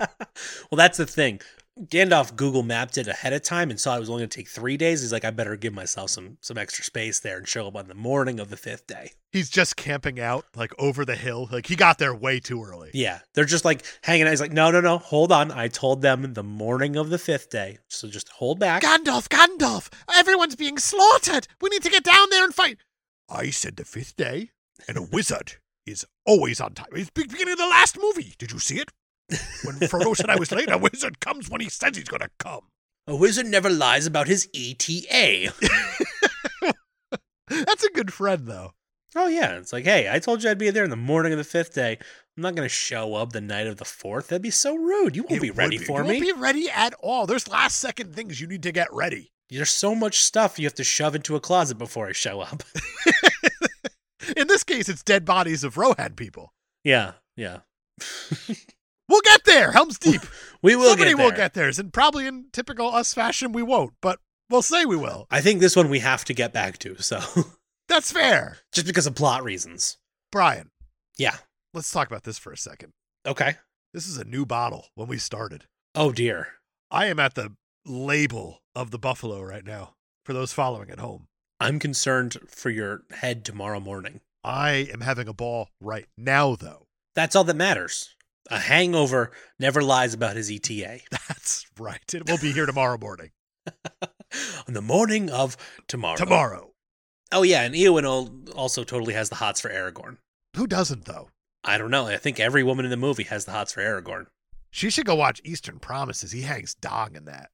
well, that's the thing. Gandalf Google mapped it ahead of time and saw it was only going to take three days. He's like, I better give myself some some extra space there and show up on the morning of the fifth day. He's just camping out like over the hill. Like he got there way too early. Yeah, they're just like hanging out. He's like, no, no, no, hold on. I told them the morning of the fifth day, so just hold back. Gandalf, Gandalf, everyone's being slaughtered. We need to get down there and fight. I said the fifth day, and a wizard is always on time. It's the beginning of the last movie. Did you see it? (laughs) When Frodo said I was late, a wizard comes when he says he's going to come. A wizard never lies about his ETA. That's a good friend, though. (laughs) Oh yeah, it's like, hey, I told you I'd be there in the morning of the fifth day. I'm not gonna show up the night of the fourth. That'd be so rude. You won't It be would ready for you me. Won't be ready at all. There's last second things you need to get ready. There's so much stuff you have to shove into a closet before I show up. (laughs) In this case, it's dead bodies of Rohan people. yeah, yeah. We'll get there. (laughs) Helm's deep. We will Somebody get there. will get theirs, and probably in typical us fashion, we won't. But we'll say we will. I think this one we have to get back to. So (laughs) That's fair, just because of plot reasons. Brian. Yeah. Let's talk about this for a second. Okay. This is a new bottle. When we started, Oh dear. I am at the label of the buffalo right now. For those following at home, I'm concerned for your head tomorrow morning. I am having a ball right now, though. (laughs) That's all that matters. A hangover never lies about his E ETA. That's right. It will be here tomorrow morning. (laughs) On the morning of tomorrow. Tomorrow. Oh yeah, and Eowyn al- also totally has the hots for Aragorn. Who doesn't though? I don't know. I think every woman in the movie has the hots for Aragorn. She should go watch Eastern Promises. He hangs dong in that.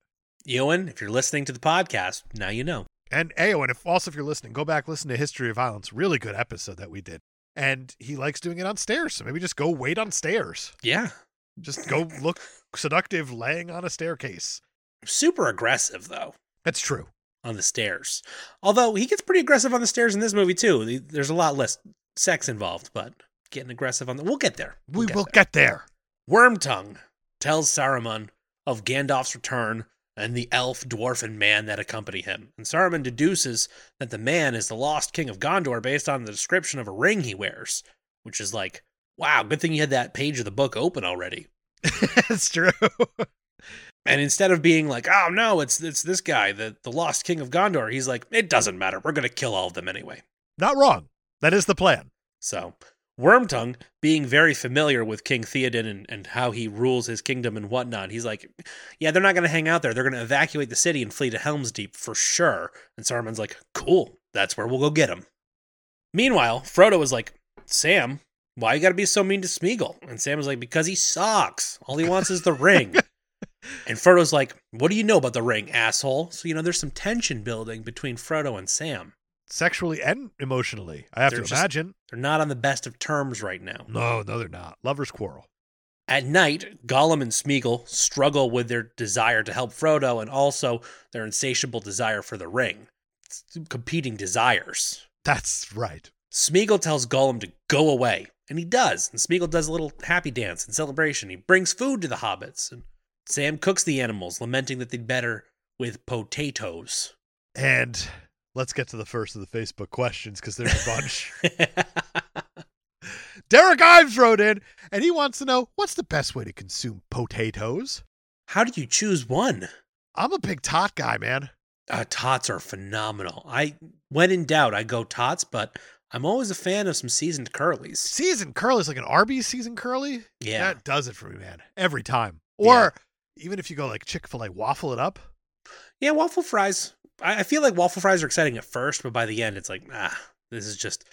Eowyn, if you're listening to the podcast, now you know. And Ayo, and if also if you're listening, go back listen to History of Violence. Really good episode that we did. And he likes doing it on stairs, so maybe just go wait on stairs. Yeah. (laughs) Just go look seductive laying on a staircase. Super aggressive though That's true. on the stairs. Although he gets pretty aggressive on the stairs in this movie too. The- There's a lot less sex involved, but getting aggressive on the We'll get there. We will there. (laughs) get there. Wormtongue tells Saruman of Gandalf's return and the elf, dwarf, and man that accompany him. And Saruman deduces that the man is the lost king of Gondor based on the description of a ring he wears, which is like, wow, good thing you had that page of the book open already. That's true. And instead of being like, oh no, it's it's this guy, the, the lost king of Gondor, he's like, it doesn't matter. We're gonna kill all of them anyway. Not wrong. That is the plan. So, Wormtongue, being very familiar with King Theoden and, and how he rules his kingdom and whatnot, he's like, Yeah, they're not going to hang out there. They're going to evacuate the city and flee to Helm's Deep for sure. And Saruman's like, Cool, that's where we'll go get him. Meanwhile, Frodo is like, Sam, why you got to be so mean to Smeagol? And Sam is like, Because he sucks. All he wants is the ring. And Frodo's like, What do you know about the ring, asshole? So, you know, there's some tension building between Frodo and Sam. Sexually and emotionally. I have They're to just- imagine. They're not on the best of terms right now. No, no, they're not. Lovers quarrel. At night, Gollum and Smeagol struggle with their desire to help Frodo and also their insatiable desire for the ring. It's competing desires. That's right. Smeagol tells Gollum to go away, and he does. And Smeagol does a little happy dance in celebration. He brings food to the hobbits, and Sam cooks the animals, lamenting that they'd better with potatoes. (laughs) And let's get to the first of the Facebook questions because there's (laughs) a bunch. Derek Ives wrote in and he wants to know what's the best way to consume potatoes? How do you choose one? I'm a big tot guy, man. Uh, tots are phenomenal. I, when in doubt, I go tots, but I'm always a fan of some seasoned curlies. Seasoned curly is like an Arby's seasoned curly. Yeah. That does it for me, man. Every time. Or even if you go like Chick fil A, waffle it up. (laughs) Yeah, waffle fries. I, I feel like waffle fries are exciting at first, but by the end, it's like, ah, this is just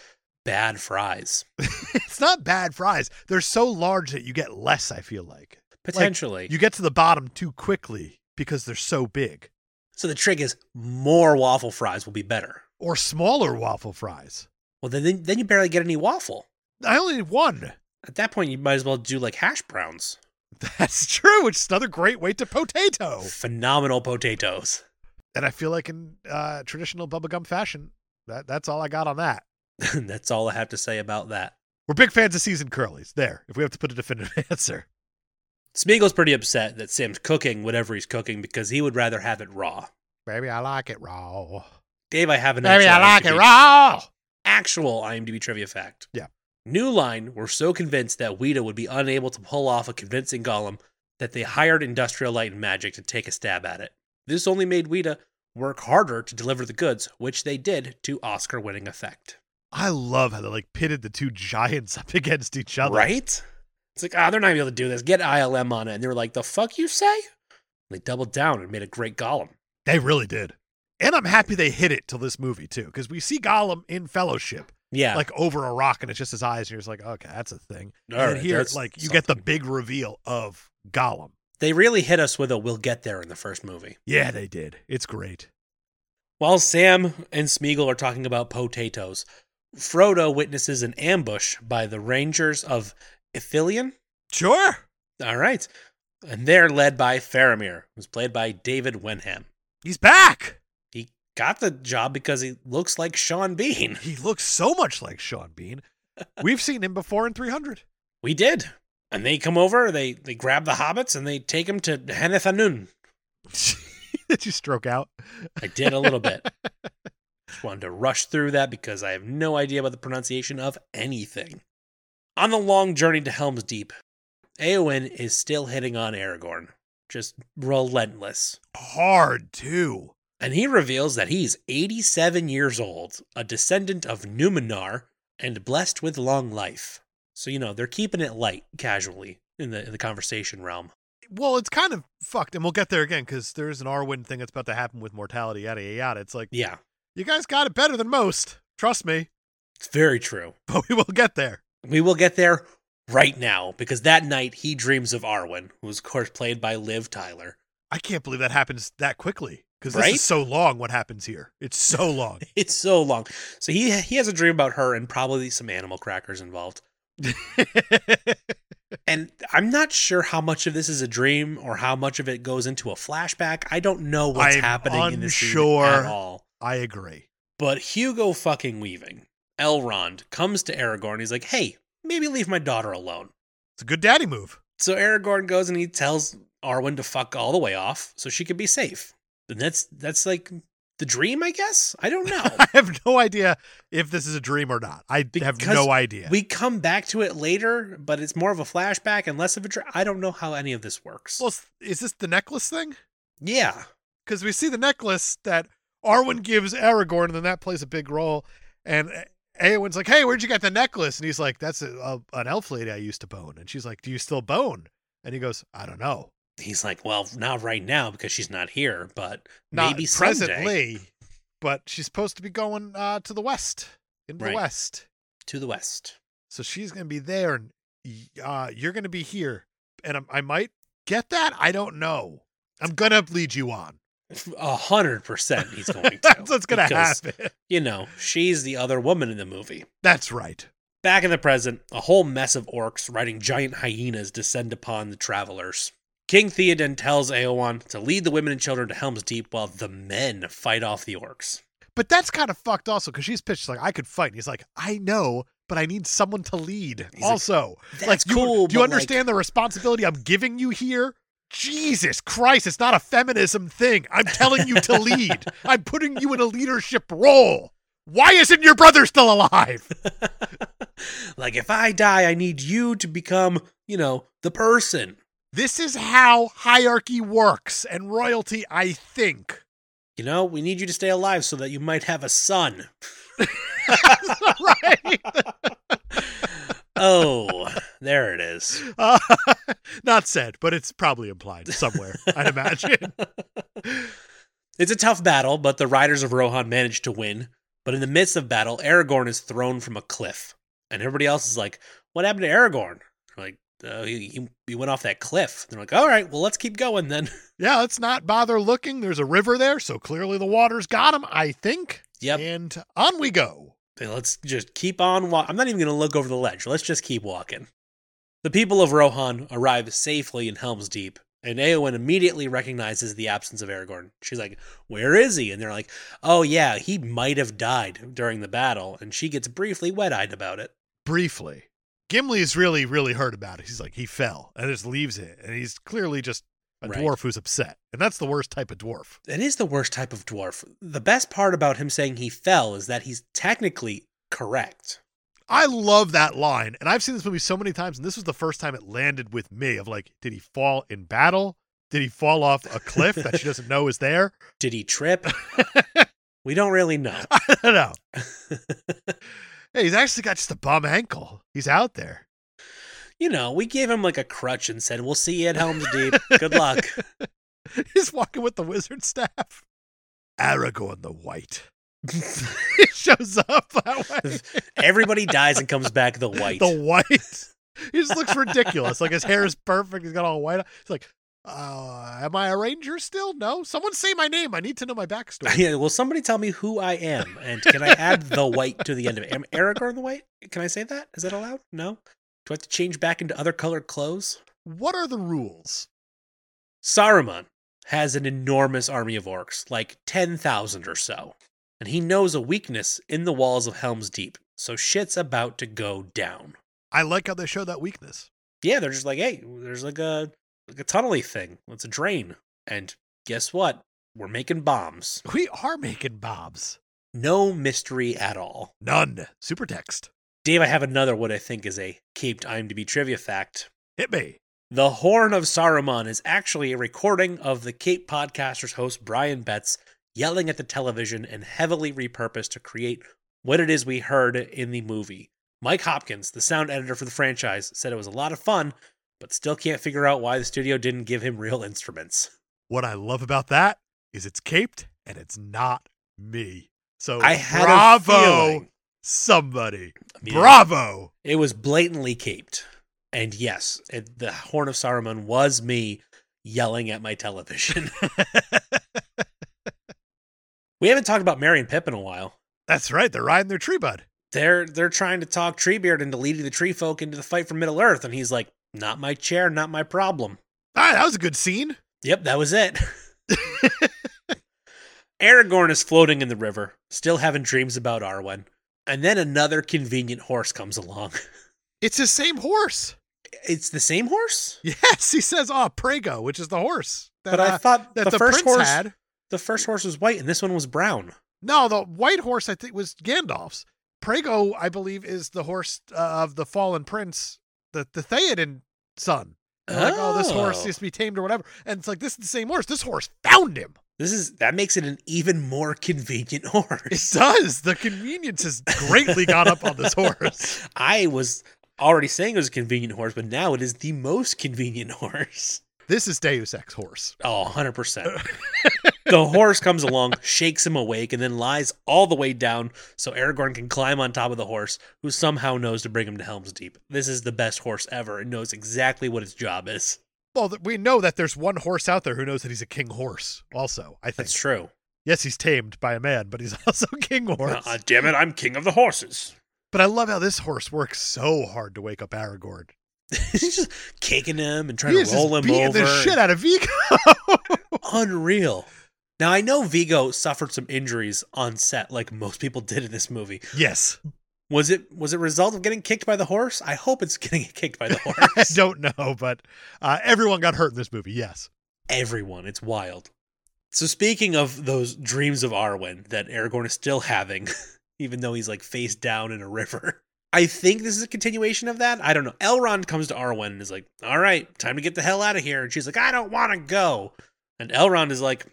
bad fries. it's not bad fries. They're so large that you get less, I feel like. Potentially. You get to the bottom too quickly because they're so big. so the trick is more waffle fries will be better. Or smaller waffle fries. Well, then, then you barely get any waffle. I only need one. (laughs) At that point, you might as well do like hash browns. That's true, which is another great way to potato. Phenomenal potatoes. (laughs) And I feel like in uh, traditional bubblegum fashion, that, that's all I got on that. That's all I have to say about that. We're big fans of seasoned curlies. There, if we have to put a definitive (laughs) answer. Spiegel's pretty upset that Sam's cooking whatever he's cooking because he would rather have it raw. Baby, I like it raw. Dave, I have an Baby, actual I like it IMDb raw. actual IMDb trivia fact. Yeah. New Line were so convinced that Weta would be unable to pull off a convincing Gollum that they hired Industrial Light and Magic to take a stab at it. This only made Weta work harder to deliver the goods, which they did to Oscar winning effect. I love how they like pitted the two giants (laughs) up against each other. Right? It's like, ah, they're not gonna be able to do this. Get ILM on it. And they were like, the fuck you say? And they doubled down and made a great Gollum. They really did. And I'm happy they hid it till this movie too, because we see Gollum in Fellowship, Yeah. like over a rock, and it's just his eyes, and you're just like, okay, that's a thing. all and right, then here, that's like, you get the something. big reveal of Gollum. They really hit us with a we'll get there in the first movie. Yeah, they did. It's great. While Sam and Smeagol are talking about potatoes, Frodo witnesses an ambush by the Rangers of Ithilien. Sure. All right. And they're led by Faramir, who's played by David Wenham. He's back. He got the job because he looks like Sean Bean. He looks so much like Sean (laughs) Bean. We've seen him before in 300. We did. And they come over, they, they grab the hobbits, and they take him to Hanethanun. (laughs) Did you stroke out? I did a little bit. Just wanted to rush through that because I have no idea about the pronunciation of anything. On the long journey to Helm's Deep, Eowyn is still hitting on Aragorn, just relentless. Hard, too. And he reveals that he's 87 years old, a descendant of Numenor, and blessed with long life. So, you know, they're keeping it light casually in the, in the conversation realm. Well, it's kind of fucked, and we'll get there again because there is an Arwen thing that's about to happen with mortality, yada, yada, yada. It's like, Yeah, you guys got it better than most. Trust me, (laughs) it's very true. but we will get there. We will get there right now because that night he dreams of Arwen, who's, of course, played by Liv Tyler. (laughs) I can't believe that happens that quickly because this Right? is so long what happens here. It's so long. (laughs) It's so long. So he he has a dream about her and probably some animal crackers involved. (laughs) And I'm not sure how much of this is a dream or how much of it goes into a flashback. I don't know what's I'm happening in this scene unsure. at all. I agree. But Hugo fucking Weaving, Elrond, comes to Aragorn. He's like, "Hey, maybe leave my daughter alone." It's a good daddy move. (laughs) So Aragorn goes and he tells Arwen to fuck all the way off so she could be safe. And that's that's like the dream, I guess. I don't (laughs) know. I have no idea if this is a dream or not. I have Because no idea. We come back to it later, but it's more of a flashback and less of a dream. I don't know how any of this works. well, s- is this the necklace thing? yeah, Because we see the necklace that Arwen gives Aragorn, and then that plays a big role. And Eowyn's like, "Hey, where'd you get the necklace?" And he's like, "That's a, a, an elf lady I used to bone." And she's like, "Do you still bone?" And he goes, "I don't know. he's like, well, not right now because she's not here, but Not maybe someday." presently, but she's supposed to be going uh, to the west, into Right. the west. to the west. So she's gonna be there, and y- uh, you're gonna be here. And I'm, I might get that. I don't know. I'm gonna lead you on. (laughs) A hundred percent, he's going to. That's what's gonna because, happen. You know, she's the other woman in the movie. That's right. Back in the present, a whole mess of orcs riding giant hyenas descend upon the travelers. King Theoden tells Aowen to lead the women and children to Helm's Deep while the men fight off the orcs. But that's kind of fucked also because she's pitched like I could fight. And he's like, I know, but I need someone to lead. He's like, also, That's you, cool. Do you but, like, understand the responsibility I'm giving you here? Jesus Christ, it's not a feminism thing. I'm telling you to (laughs) lead. I'm putting you in a leadership role. Why isn't your brother still alive? (laughs) like if I die, I need you to become, you know, the person. This is how hierarchy works and royalty, I think. (laughs) You know, we need you to stay alive so that you might have a son. right? (laughs) Oh, (laughs) there it is. Uh, (laughs) not said, but it's probably implied somewhere, I'd imagine. It's a tough battle, but the riders of Rohan manage to win. But in the midst of battle, Aragorn is thrown from a cliff, and everybody else is like, "What happened to Aragorn?" They're like, uh, he, he- "He went off that cliff." They're like, "All right, well, let's keep going then." (laughs) Yeah, let's not bother looking. There's a river there, so clearly the water's got him, I think. Yep, And on we go. let's just keep on walking. I'm not even going to look over the ledge. Let's just keep walking. The people of Rohan arrive safely in Helm's Deep, and Eowyn immediately recognizes the absence of Aragorn. She's like, Where is he? And they're like, Oh, yeah, he might have died during the battle. And she gets briefly wet eyed about it. Briefly, Gimli's really, really hurt about it. He's like, he fell and just leaves it. And he's clearly just a Right. dwarf who's upset. And that's the worst type of dwarf. It is the worst type of dwarf. The best part about him saying he fell is that he's technically correct. I love that line. And I've seen this movie so many times. And this was the first time it landed with me of like, did he fall in battle? Did he fall off a cliff (laughs) that she doesn't know is there? (laughs) Did he trip? we don't really know. I don't (laughs) know. Hey, he's actually got just a bum ankle. He's out there. you know, we gave him like a crutch and said, We'll see you at Helm's Deep. Good luck. (laughs) He's walking with the wizard staff. Aragorn the White. (laughs) he shows up that (laughs) way. Everybody dies and comes back the white. The White. He just looks ridiculous. Like his hair is perfect. He's got all white. He's like, Uh, am I a ranger still? No. Someone say my name. I need to know my (laughs) backstory. (laughs) yeah, will somebody tell me who I am? And can I add the white to the end of it? Am Aragorn the White? Can I say that? Is that allowed? No? Do I have to change back into other colored clothes? What are the rules? Saruman has an enormous army of orcs, like 10,000 or so. And he knows a weakness in the walls of Helm's Deep. So shit's about to go down. I like how they show that weakness. Yeah, they're just like, hey, there's like a like a tunnely thing. It's a drain. And guess what? We're making bombs. We are making bobs. No mystery at all. None. Super text. Dave, I have another what I think is a caped IMDb trivia fact. Hit me. The Horn of Saruman is actually a recording of the Cape Podcasters host Brian Betts yelling at the television and heavily repurposed to create what it is we heard in the movie. Mike Hopkins, the sound editor for the franchise, said it was a lot of fun, but still can't figure out why the studio didn't give him real instruments. What I love about that is it's caped and it's not me. So I had a Oh, bravo, feeling somebody. Yeah. Bravo. (laughs) it was blatantly caped. And yes, it, the Horn of Saruman was me yelling at my television. (laughs) we haven't talked about Merry and Pip in a while. That's right. They're riding their tree bud. they're they're trying to talk Treebeard into leading the tree folk into the fight for Middle Earth, and he's like, "Not my chair, not my problem." All right, Ah, that was a good scene. Yep, that was (laughs) it. Aragorn is floating in the river, still having dreams about Arwen, and then another convenient horse comes along. (laughs) It's his same horse. (laughs) It's the same horse, Yes, he says, "Ah, Prego," which is the horse that, but I uh, thought that the, the first prince horse had. the first horse was white, and this one was brown. No, the white horse I think was Gandalf's. Prego, I believe, is the horse uh, of the fallen prince, the the Theoden son. And they're Like, oh, this horse Oh. used to be tamed or whatever, and it's like this is the same horse. This horse found him. This is that makes it an even more convenient horse. (laughs) It does. The convenience has greatly gone up on (laughs) this horse. I was already saying it was a convenient horse, but now it is the most convenient (laughs) horse. This is Deus Ex horse. Oh, (laughs) 100%. the horse comes along, shakes him awake, and then lies all the way down so Aragorn can climb on top of the horse, who somehow knows to bring him to Helm's Deep. This is the best horse ever and knows exactly what its job is. Well, th- we know that there's one horse out there who knows that he's a king horse. Also, I think. That's true. Yes, he's tamed by a man, but he's (laughs) also king horse. Uh, damn it, I'm king of the (laughs) horses. But I love how this horse works so hard to wake up Aragorn. He's just kicking him and trying He is to just roll him beating over. the shit out of Vigo. (laughs) Unreal. Now, I know Vigo suffered some injuries on set, like most people did in this movie, yes, Was it was it a result of getting kicked by the horse? I hope it's (laughs) getting kicked by the I horse. don't know, but uh, everyone got hurt in this movie. Yes, Everyone, it's wild. So speaking of those dreams of Arwen that Aragorn is still having, (laughs) even though he's like face down in a river. I think this is a continuation of that. I don't know. Elrond comes to Arwen and is like, "All right, time to get the hell out of here." And she's like, "I don't want to go." And Elrond is like,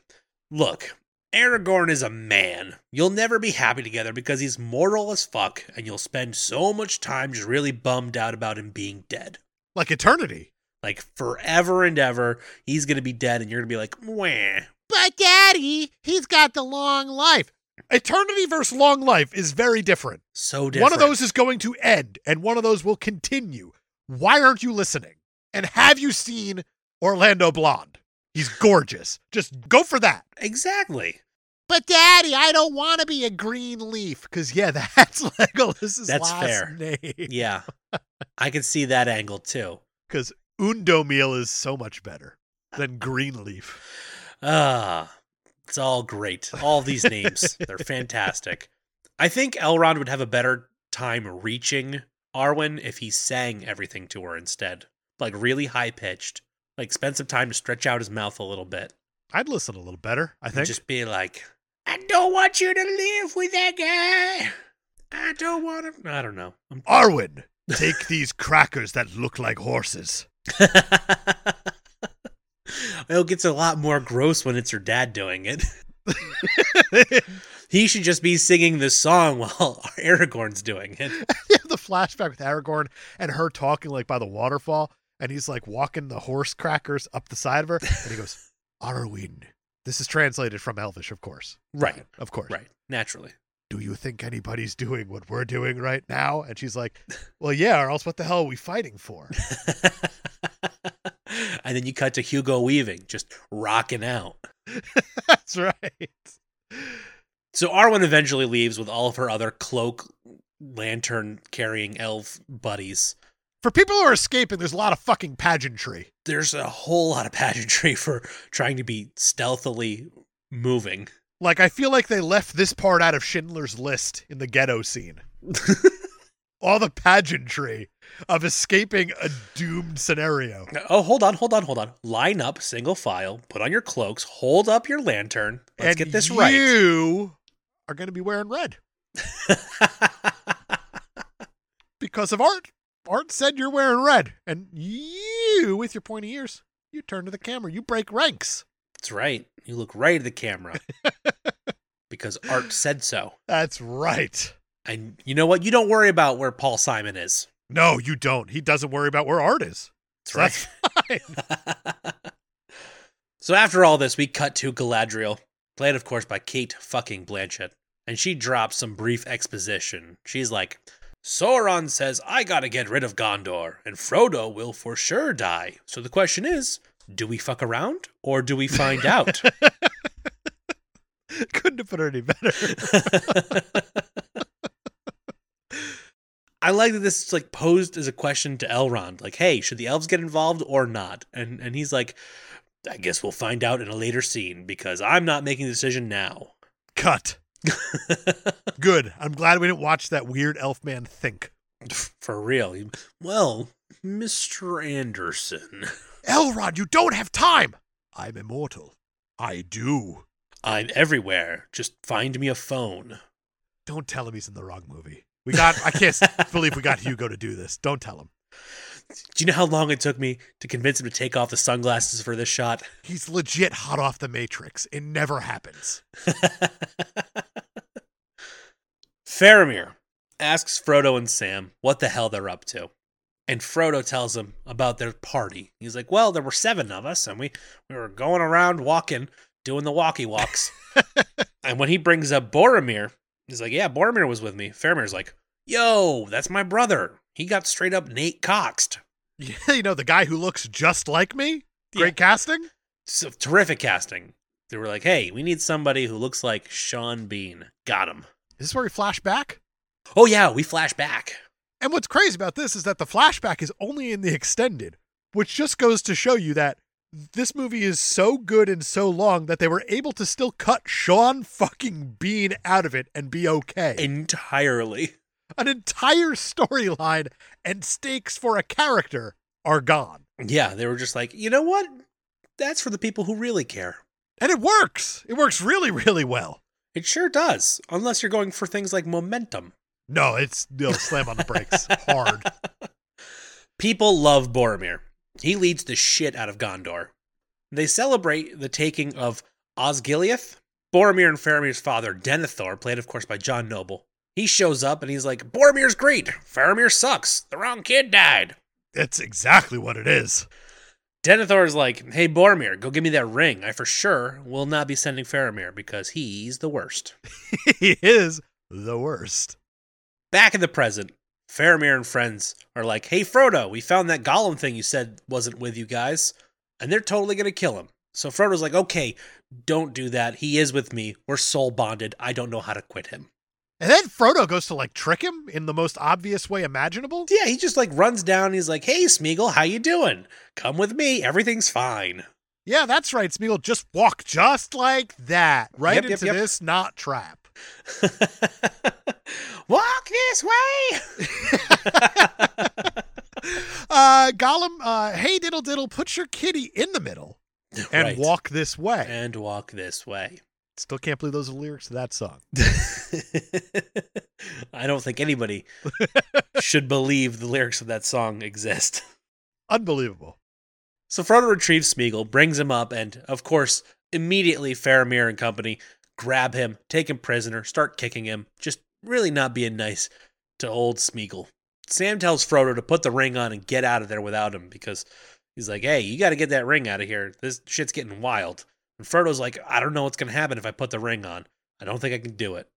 "Look, Aragorn is a man. You'll never be happy together because he's mortal as fuck, and you'll spend so much time just really bummed out about him being dead. like eternity. Like forever and ever, he's gonna be dead, and you're gonna be like, Mwah. but Daddy, he's got the long life. Eternity versus long life is very different. so different." One of those is going to end, and one of those will continue. Why aren't you listening? And have you seen Orlando Blonde? He's gorgeous. Just go for that. (laughs) exactly. But Daddy, I don't want to be a green Green leaf. leaf, (laughs) because yeah, that's Legolas's That's last fair. name. Yeah, I can see that angle too. Because Undomil is so much better than Greenleaf. Ah, it's all great. All these names, they're (laughs) fantastic. I think Elrond would have a better time reaching Arwen if he sang everything to her instead, like really high pitched. Like spend some time to stretch out his mouth a little bit I'd listen a little better. I and think. just be like, "I don't want you to live with that guy. I don't want to." I don't know. I'm- Arwen, take these crackers that look like horses. (laughs) it gets a lot more gross when it's your dad doing (laughs) it. the He should just be singing this song while (laughs) Aragorn's doing it. (laughs) flashback with Aragorn and her talking like by the waterfall, and he's like walking the horse crackers up the side of her, (laughs) and he goes, "Arwen." This is translated from Elvish, of course. Right. Of course. Right. Naturally. Do you think anybody's doing what we're doing right now? (laughs) And she's like, "Well, yeah, or else what the hell are we fighting for?" (laughs) and then you cut to Hugo Weaving just rocking out. (laughs) That's right. So Arwen eventually leaves with all of her other cloak, lantern carrying elf buddies. For people who are escaping, there's a lot of fucking pageantry. There's a whole lot of pageantry (laughs) for trying to be stealthily moving. Like, I feel like they left this part out of Schindler's List in the (laughs) ghetto scene. All the pageantry of escaping a doomed scenario. Oh, hold on, hold on, hold on. Line up, single file, put on your cloaks, hold up your lantern. Let's and get this (laughs) right. You are going to be wearing red because of Art. Art said you're wearing red. And you, with your pointy ears, you turn to the camera. You break ranks. That's right. You look right at the (laughs) camera because Art said so. That's right. And you know what? You don't worry about where Paul Simon is. No, you don't. He doesn't worry about where Art is. That's right. (laughs) so after all this, we cut to Galadriel, played of course by Kate fucking Blanchett, and she drops some brief exposition. She's like, Sauron says, I gotta get rid of Gondor, and Frodo will for sure die. So the question is, do we fuck around or do we find out? (laughs) Couldn't have put it any better. (laughs) I like that this is like posed as a question to Elrond, like, "Hey, should the elves get involved or not?" And and he's like, "I guess we'll find out in a later scene because I'm not making the decision now." (laughs) Cut. Good. I'm glad we didn't watch that weird elf man think. For real. He- Well, Mr. Anderson, Elrond, you don't have time. I'm immortal. I do. I'm everywhere. Just find me a phone. Don't tell him he's in the wrong movie. We got. I can't (laughs) s- believe we got Hugo to do this. Don't tell him. Do you know how long it took me to convince him to take off the sunglasses for this shot? He's legit hot off the Matrix. It never happens. (laughs) (laughs) Faramir asks Frodo and Sam what the hell they're up to. And Frodo tells him about their party. He's like, Well, there were seven of us, and we, we were going around walking, doing the walkie walks. and when he brings up Boromir, he's like, Yeah, Boromir was with me. Faramir's like, Yo, that's my brother. He got straight up Nate Coxed. Yeah, you know the guy who looks just like me. Great Yeah. casting. So, terrific casting. They were like, Hey, we need somebody who looks like Sean Bean. Got him. Is this where we flash back? Oh, yeah, we flash back. And what's crazy about this is that the flashback is only in the extended, which just goes to show you that this movie is so good and so long that they were able to still cut Sean fucking Bean out of it and be okay. Entirely. An entire storyline and stakes for a character are gone. Yeah, they were just like, you know what? That's for the people who really care. And it works. It works really, really well. It sure does, unless you're going for things like momentum. No, it's no slam on (laughs) the brakes hard. People love Boromir. He leads the shit out of Gondor. They celebrate the taking of Osgiliath. Boromir and Faramir's father, Denethor, played, of course, by John Noble. He shows up and he's like, Boromir's great. Faramir sucks. The wrong kid died. That's exactly what it is. (laughs) Denethor is like, hey, Boromir, go give me that ring. I for sure will not be sending Faramir because he's the worst. he is the worst. Back in the present, Faramir and friends are like, hey, Frodo, we found that golem thing you said wasn't with you guys, and they're totally going to kill him. So Frodo's like, okay, don't do that. He is with me. We're soul bonded. I don't know how to quit him. And then Frodo goes to like trick him in the most obvious way imaginable. Yeah, he just like runs down. and he's like, hey, Smeagol, how you doing? Come with me. Everything's fine. (laughs) Yeah, that's right, Smeagol. Just walk just like that, right Yep, yep, into yep. this knot trap. Walk this way. (laughs) Uh, Gollum, uh, hey, diddle diddle, put your kitty in (laughs) the middle (laughs) and Right. walk this way. And walk this way. Still can't believe those are the lyrics to that song. (laughs) I don't think anybody should believe the lyrics of that song exist. Unbelievable. So Frodo retrieves Smeagol, brings him up, and of course, immediately Faramir and company grab him, take him prisoner, start kicking him, just really not being nice to old Smeagol. Sam tells Frodo to put the ring on and get out of there without him because he's like, hey, you got to get that ring out of here. This shit's getting wild. And Frodo's like, I don't know what's going to happen if I put the ring on. I don't think I can do it.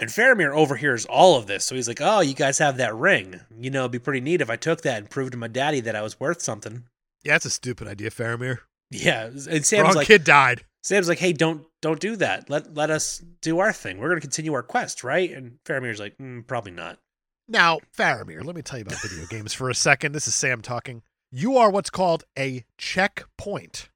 And Faramir overhears all of this, so he's like, oh, you guys have that ring. You know, it'd be pretty neat if I took that and proved to my daddy that I was worth something. Yeah, that's a stupid idea, Faramir. Yeah, and Sam's Wrong like, kid died. Sam's like, hey, don't don't do that. Let let us do our thing. We're gonna continue our quest, right? And Faramir's like, mm, probably not. (laughs) Now, Faramir, let me tell you about video games for a second. This is Sam talking. You are what's called a checkpoint.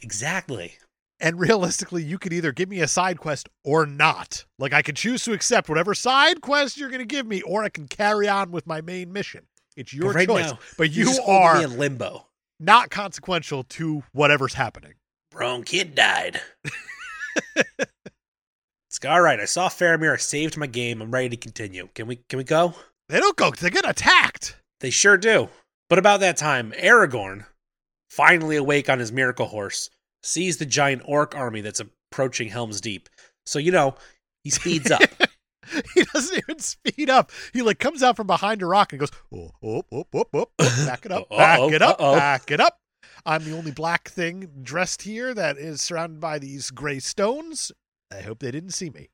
exactly. And realistically, you could either give me a side quest or not. Like, I could choose to accept whatever side quest you're going to give me, or I can carry on with my main mission. It's your But right choice. now, but you He's just holding me are in limbo. not consequential to whatever's happening. Wrong kid (laughs) died. it's like, all right. I saw Faramir. I saved my game. I'm ready to continue. Can we can we go? They don't go, they get attacked. They sure do. But about that time, Aragorn, finally awake on his miracle horse, sees the giant orc army that's approaching Helm's Deep. So you know he speeds (laughs) up. He doesn't even speed up. He like comes out from behind a rock and goes, oh, oh, oh, oh, oh, oh, back (laughs) it up, back Uh-oh, it up, uh-oh. back it up. I'm the only black thing dressed here that is surrounded by these gray stones. I hope they didn't see me.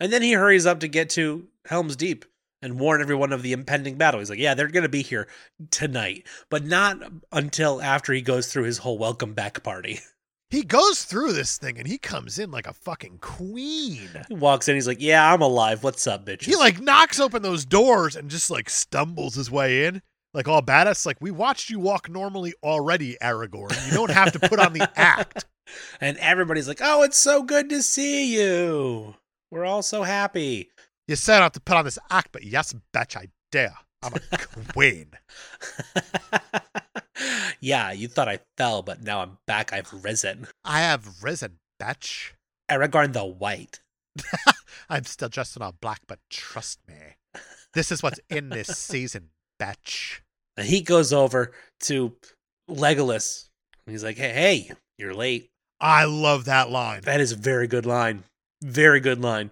And then he hurries up to get to Helm's Deep and warn everyone of the impending battle. He's like, "Yeah, they're going to be here tonight, but not until after he goes through his whole welcome back party." (laughs) He goes through this thing and he comes in like a fucking queen. He walks in, he's like, "Yeah, I'm alive. What's up, bitches?" He like knocks open those doors and just like stumbles his way in. Like all badass, like we watched you walk normally already, Aragorn. You don't have to put (laughs) on the act. and everybody's like, "Oh, it's so good to see you. We're all so happy." (laughs) You said I have to put on this act, but yes, bitch, I dare. I'm a queen. yeah, you thought I fell, but now I'm back. I've risen. I have risen, bitch. Aragorn the White. I'm still dressed in all black, but trust me, this is what's in this season, bitch. And he goes over to Legolas. And he's like, "Hey, hey, you're late." I love that line. That is a very good line. Very good line.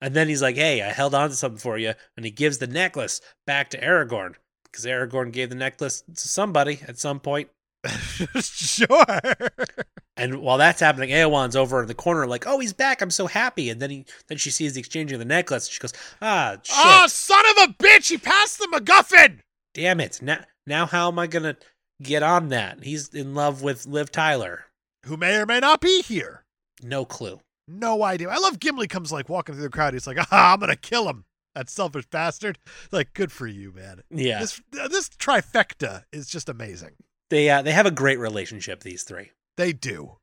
And then he's like, hey, I held on to something for you. And he gives the necklace back to Aragorn because Aragorn gave the necklace to somebody at some point. (laughs) sure. And while that's happening, Eowyn's over in the corner, like, oh, he's back. I'm so happy. And then he, then she sees the exchange of the necklace. She goes, ah, shit. Oh, son of a bitch! He passed the MacGuffin. Damn it. Now, now how am I going to get on that? He's in love with Liv Tyler. who may or may not be here. No clue. No idea. I love Gimli comes like walking through the crowd. He's like, ah, I'm gonna kill him. That selfish bastard. Like, good for you, man. Yeah. This this trifecta is just amazing. they, uh, they have a great relationship, these three. They do.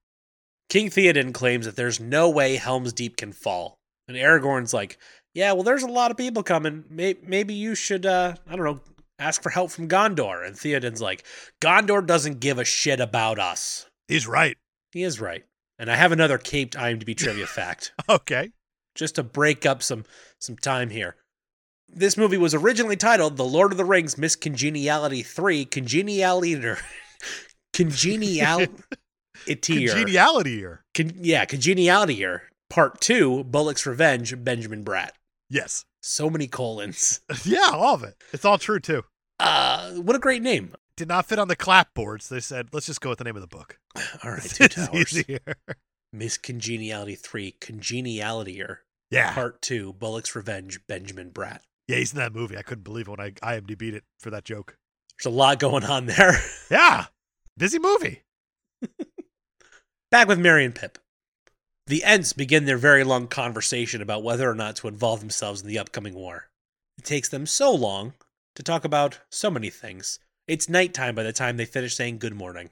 King Theoden claims that there's no way Helm's Deep can fall. And Aragorn's like, yeah, well, there's a lot of people coming. May- Maybe you should, uh, I don't know, ask for help from Gondor. And Theoden's like, Gondor doesn't give a shit about us. He's right. (laughs) He is right. And I have another caped IMDb trivia fact Okay. just to break up some some time here. This movie was originally titled The Lord of the Rings Miscongeniality 3 Congeniality (laughs) Congeniality Congeniality here. Con- yeah, congeniality here. Part two, Bullock's Revenge, Benjamin Bratt. Yes. (laughs) So many colons. (laughs) yeah, all of it. It's all true too. Uh, what a great name. Did not fit on the clapboards. They said, let's just go with the name of the book. All (laughs) right, two It's towers. easier. Miss Congeniality three, Congeniality here. Yeah. Part two, Bullock's Revenge, Benjamin Bratt. Yeah, he's in that movie. I couldn't believe it when I IMDb'd it for that joke. There's a lot going on there. (laughs) Yeah. Busy movie. Back with Mary and Pip. The Ents begin their very long conversation about whether or not to involve themselves in the upcoming war. It takes them so long to talk about so many things. It's nighttime by the time they finish saying good morning.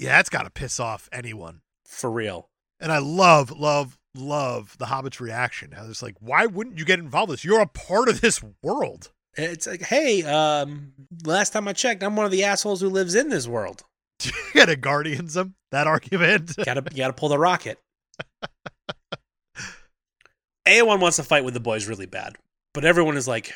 Yeah, that's gotta piss off anyone. For real. And I love, love, love the Hobbit's reaction. How it's like, why wouldn't you get involved with this? You're a part of this world. (laughs) It's like, hey, um, last time I checked, I'm one of the assholes who lives in this world. You gotta guardians them. That argument. Gotta, you gotta pull the rocket. Aowen wants to fight with the boys really bad, but everyone is like,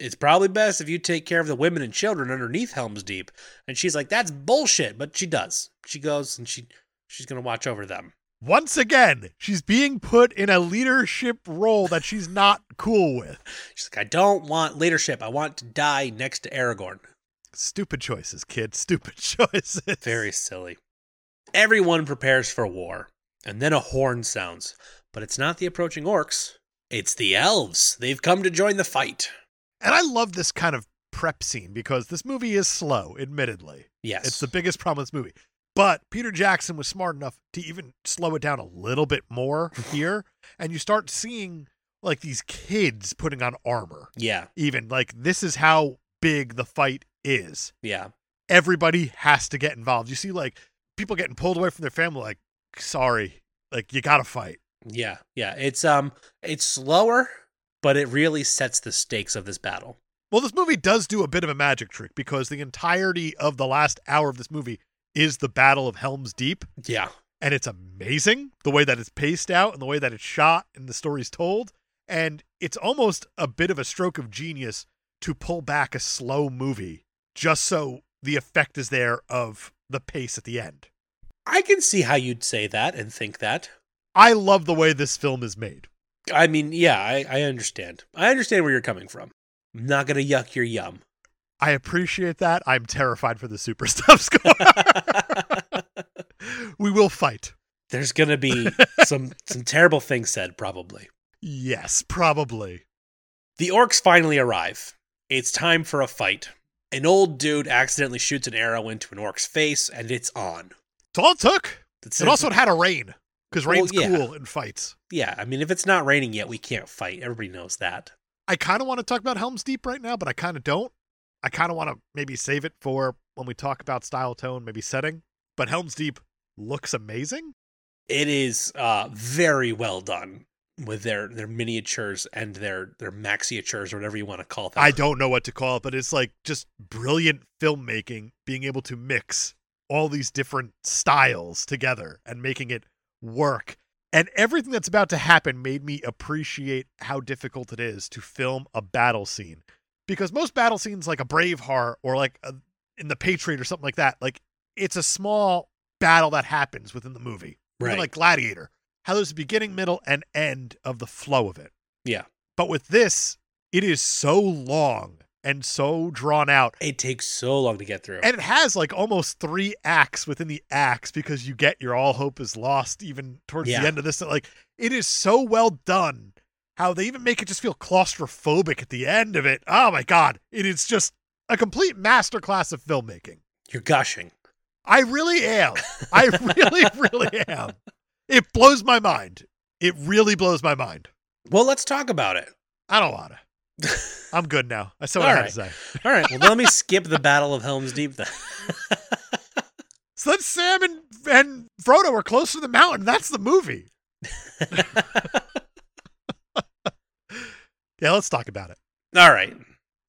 it's probably best if you take care of the women and children underneath Helm's Deep. And she's like, that's bullshit, but she does. She goes and she she's gonna watch over them. Once again, she's being put in a leadership role that she's not cool with. She's like, I don't want leadership. I want to die next to Aragorn. Stupid choices, kid. Stupid (laughs) choices. Very silly. Everyone prepares for war, and then a horn sounds, but it's not the approaching orcs. It's the elves. They've come to join the fight. And I love this kind of prep scene because this movie is slow, admittedly. Yes. It's the biggest problem with this movie. But Peter Jackson was smart enough to even slow it down a little bit (laughs) more here. And you start seeing like these kids putting on armor, yeah. even. Like, this is how big the fight is. Yeah. Everybody has to get involved. You see, like, people getting pulled away from their family, like, sorry, like, you got to fight. Yeah. Yeah. It's um it's slower, but it really sets the stakes of this battle. Well, this movie does do a bit of a magic trick because the entirety of the last hour of this movie is the Battle of Helm's Deep. Yeah. and it's amazing the way that it's paced out and the way that it's shot and the story's told and it's almost a bit of a stroke of genius to pull back a slow movie just so the effect is there of the pace at the end I can see how you'd say that and think that. i love the way this film is made I mean, yeah, I, I understand. I understand where you're coming from. I'm not gonna yuck your yum. (laughs) i appreciate that i'm terrified for the super (laughs) stuff score we will fight There's gonna (laughs) be some some terrible things said, probably. yes probably The orcs finally arrive. It's time for a fight. An old dude accidentally shoots an arrow into an orc's face, and it's on. it's all it took That's it also had a rain because Well, rain's yeah. cool and fights (laughs) yeah. I mean, if it's not raining yet, we can't fight. Everybody knows that. I kind of want to talk about Helm's Deep right now, but I kind of don't. I kind of want to maybe save it for when we talk about style, tone, maybe setting. But Helm's Deep looks amazing. It is uh, very well done with their their miniatures and their their maxiatures or whatever you want to call them. I don't know what to call it, but it's like just brilliant filmmaking, being able to mix all these different styles together and making it work. And everything that's about to happen made me appreciate how difficult it is to film a battle scene. Because most battle scenes, like a Braveheart or like a, in The Patriot or something like that, like it's a small battle that happens within the movie. Even right. like Gladiator, how there's a beginning, middle, and end of the flow of it. Yeah. But with this, it is so long and so drawn out. it takes so long to get through. And it has like almost three acts within the acts because you get your all hope is lost even towards Yeah. the end of this. Like it is so well done. How they even make it just feel claustrophobic at the end of it. Oh my God. It is just a complete masterclass of filmmaking. You're gushing. I really am. I really, (laughs) really am. It blows my mind. It really blows my mind. Well, let's talk about it. I (laughs) don't wanna. I'm good now. I said what All I had to say. All right. Well, (laughs) let me skip the Battle of Helm's Deep then. (laughs) So then Sam and, and Frodo are close to the mountain. That's (laughs) the movie. (laughs) Yeah, let's talk about it. All right.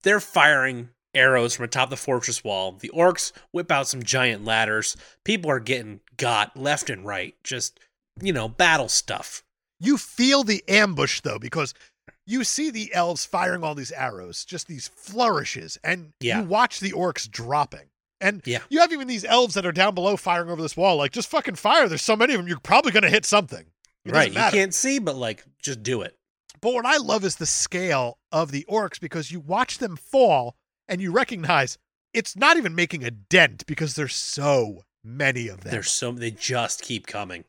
They're firing arrows from atop the fortress wall. The orcs whip out some giant ladders. People are getting got left and right. Just, you know, battle stuff. You feel the ambush though, because you see the elves firing all these arrows, just these flourishes, and Yeah. you watch the orcs dropping. And Yeah. you have even these elves that are down below firing over this wall, like just fucking fire. There's so many of them, you're probably gonna hit something. It doesn't right. You matter. can't see, but like, just do it. But what I love is the scale of the orcs because you watch them fall and you recognize it's not even making a dent because there's so many of them. There's so they just keep coming.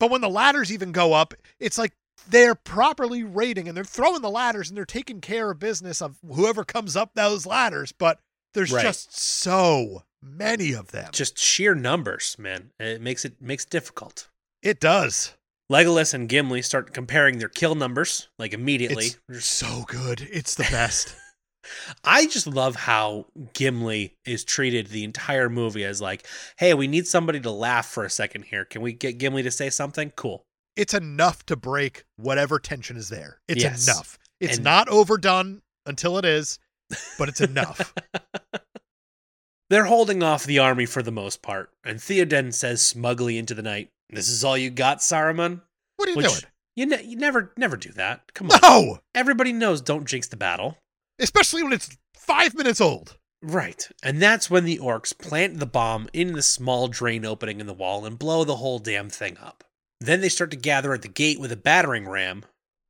But when the ladders even go up, it's like they're properly rating and they're throwing the ladders and they're taking care of business of whoever comes up those ladders. But there's Right. just so many of them. Just sheer numbers, man. It makes it makes it difficult. it does. Legolas and Gimli start comparing their kill numbers like immediately. It's so good. (laughs) It's the best. I just love how Gimli is treated the entire movie as like, hey, we need somebody to laugh for a second here. Can we get Gimli to say something? Cool. it's enough to break whatever tension is there. It's Yes. enough. It's And- not overdone until it is, (laughs) but it's enough. They're holding off the army for the most part, and Theoden says smugly into the night, "This is all you got, Saruman." what are you Which- doing? You, ne- you never, never do that. Come on, (laughs) No, everybody knows don't jinx the battle, especially when it's five minutes old. right? And that's when the orcs plant the bomb in the small drain opening in the wall and blow the whole damn thing up. Then they start to gather at the gate with a battering ram,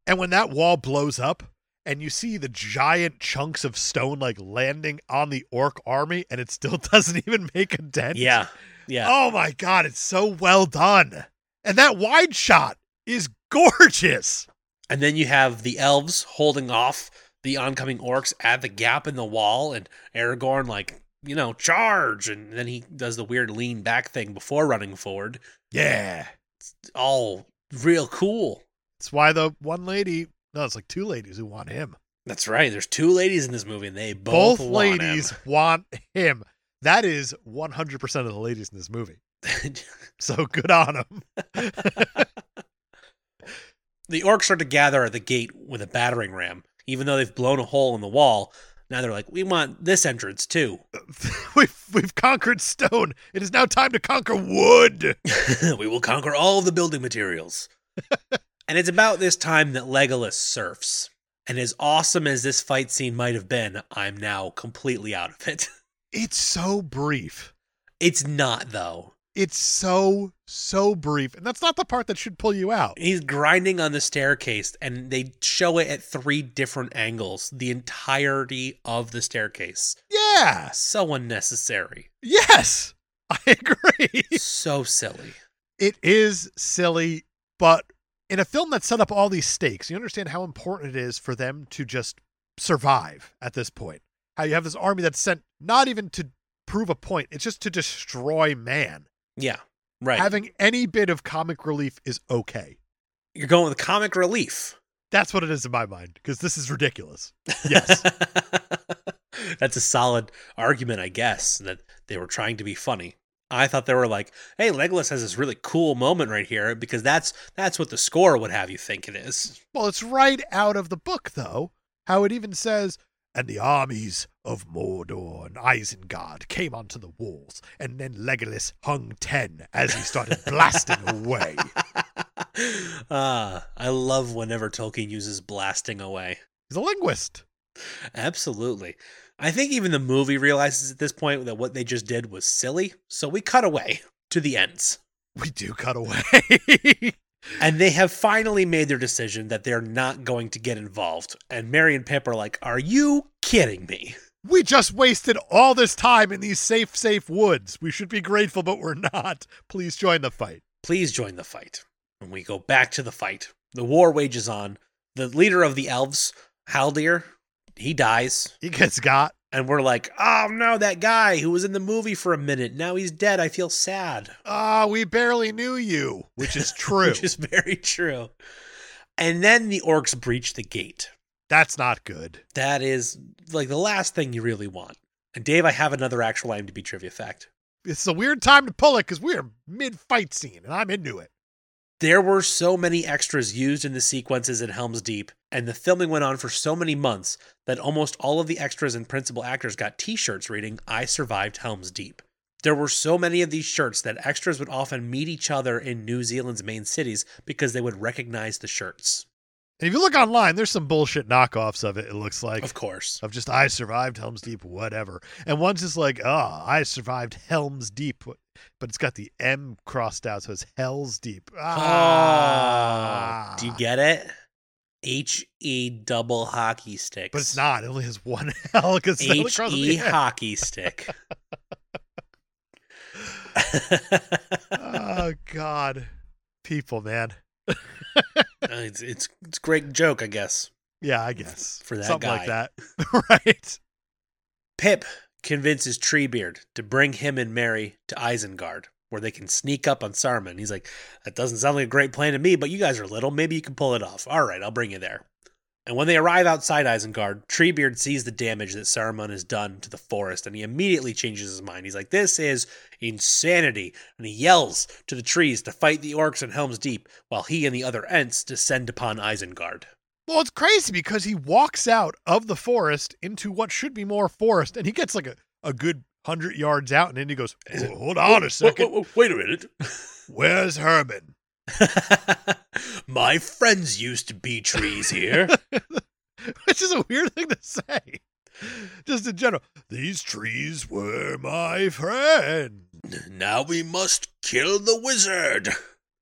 And when that wall blows up and you see the giant chunks of stone like landing on the orc army and it still (laughs) doesn't even make a dent. Yeah. Yeah. Oh my God, it's so well done. And that wide shot is gorgeous. And then you have the elves holding off the oncoming orcs at the gap in the wall, and Aragorn like you know charge, and then he does the weird lean back thing before running forward. Yeah. All real cool. That's why the one lady, no, it's like two ladies who want him. That's right. There's two ladies in this movie, and they both, want him. ladies want him. That is 100% of the ladies in this movie. So good on them. (laughs) the orcs start to gather at the gate with a battering ram, even though they've blown a hole in the wall. Now they're like, we want this entrance too. (laughs) we've, we've conquered stone. It is now time to conquer wood. (laughs) we will conquer all of the building materials. and it's about this time that Legolas surfs. And as awesome as this fight scene might have been, I'm now completely out of it. (laughs) It's so brief. It's not, though. It's so, so brief. And that's not the part that should pull you out. He's grinding on the staircase, and they show it at three different angles the entirety of the staircase. Yes. So unnecessary. Yes. (laughs) I agree. so silly. It is silly, but in a film that set up all these stakes, you understand how important it is for them to just survive at this point. How you have this army that's sent not even to prove a point, it's just to destroy man. Yeah, right. Having any bit of comic relief is okay. You're going with comic relief. That's what it is in my mind, because this is ridiculous. Yes. (laughs) That's a solid argument, I guess, that they were trying to be funny. I thought they were like, "Hey, Legolas has this really cool moment right here," because that's that's what the score would have you think it is. (laughs) Well, it's right out of the book, though, how it even says, and the armies of Mordor and Isengard came onto the walls, and then Legolas hung ten as he started blasting away. Ah, I love whenever Tolkien uses blasting away. He's a linguist. Absolutely. I think even the movie realizes at this point that what they just did was silly, so we cut away to the ends. We do cut away. And they have finally made their decision that they're not going to get involved. And Mary and Pip are like, Are you kidding me? we just wasted all this time in these safe, safe woods. We should be grateful, but we're not. Please join the fight. Please join the fight. And we go back to the fight. The war wages on. The leader of the elves, Haldir, he dies. He gets got. And we're like, Oh no, that guy who was in the movie for a minute. Now he's dead. I feel sad. Ah, we barely knew you, (laughs) which is true. Which is very true. And then the orcs breach the gate. That's not good. That is like the last thing you really want. And Dave, I have another actual IMDb trivia fact. It's a weird time to pull it because we're mid fight scene and I'm into it. There were so many extras used in the sequences at Helm's Deep, and the filming went on for so many months that almost all of the extras and principal actors got t shirts reading, I survived Helm's Deep. There were so many of these shirts that extras would often meet each other in New Zealand's main cities because they would recognize the shirts. And if you look online, there's some bullshit knockoffs of it, it looks like. Of course. Of just, I survived Helm's Deep, whatever. And one's just like, oh, I survived Helm's Deep, but it's got the M crossed out, so it's Hell's Deep. Ah. Ah, do you get it? H E double hockey sticks. But it's not. It only has one (laughs) L because it's only H crossed E the M. hockey stick. (laughs) (laughs) Oh, God. People, man. it's, it's it's a great joke, I guess. Yeah, I guess. For that Something like guy. that. (laughs) right. Pip convinces Treebeard to bring him and Mary to Isengard, where they can sneak up on Saruman. He's like, "That doesn't sound like a great plan to me, but you guys are little. Maybe you can pull it off. All right, I'll bring you there." And when they arrive outside Isengard, Treebeard sees the damage that Saruman has done to the forest, and he immediately changes his mind. He's like, "This is insanity!" And he yells to the trees to fight the orcs in Helm's Deep, while he and the other Ents descend upon Isengard. Well, it's crazy because he walks out of the forest into what should be more forest, and he gets like a, a good hundred yards out, and then he goes, Is it- "Whoa, "Hold on a second, wait a minute. where's Herman?" (laughs) (laughs) My friends used to be trees (laughs) here. Which is a weird thing to say. Just in general, these trees were my friend, now we must kill the wizard.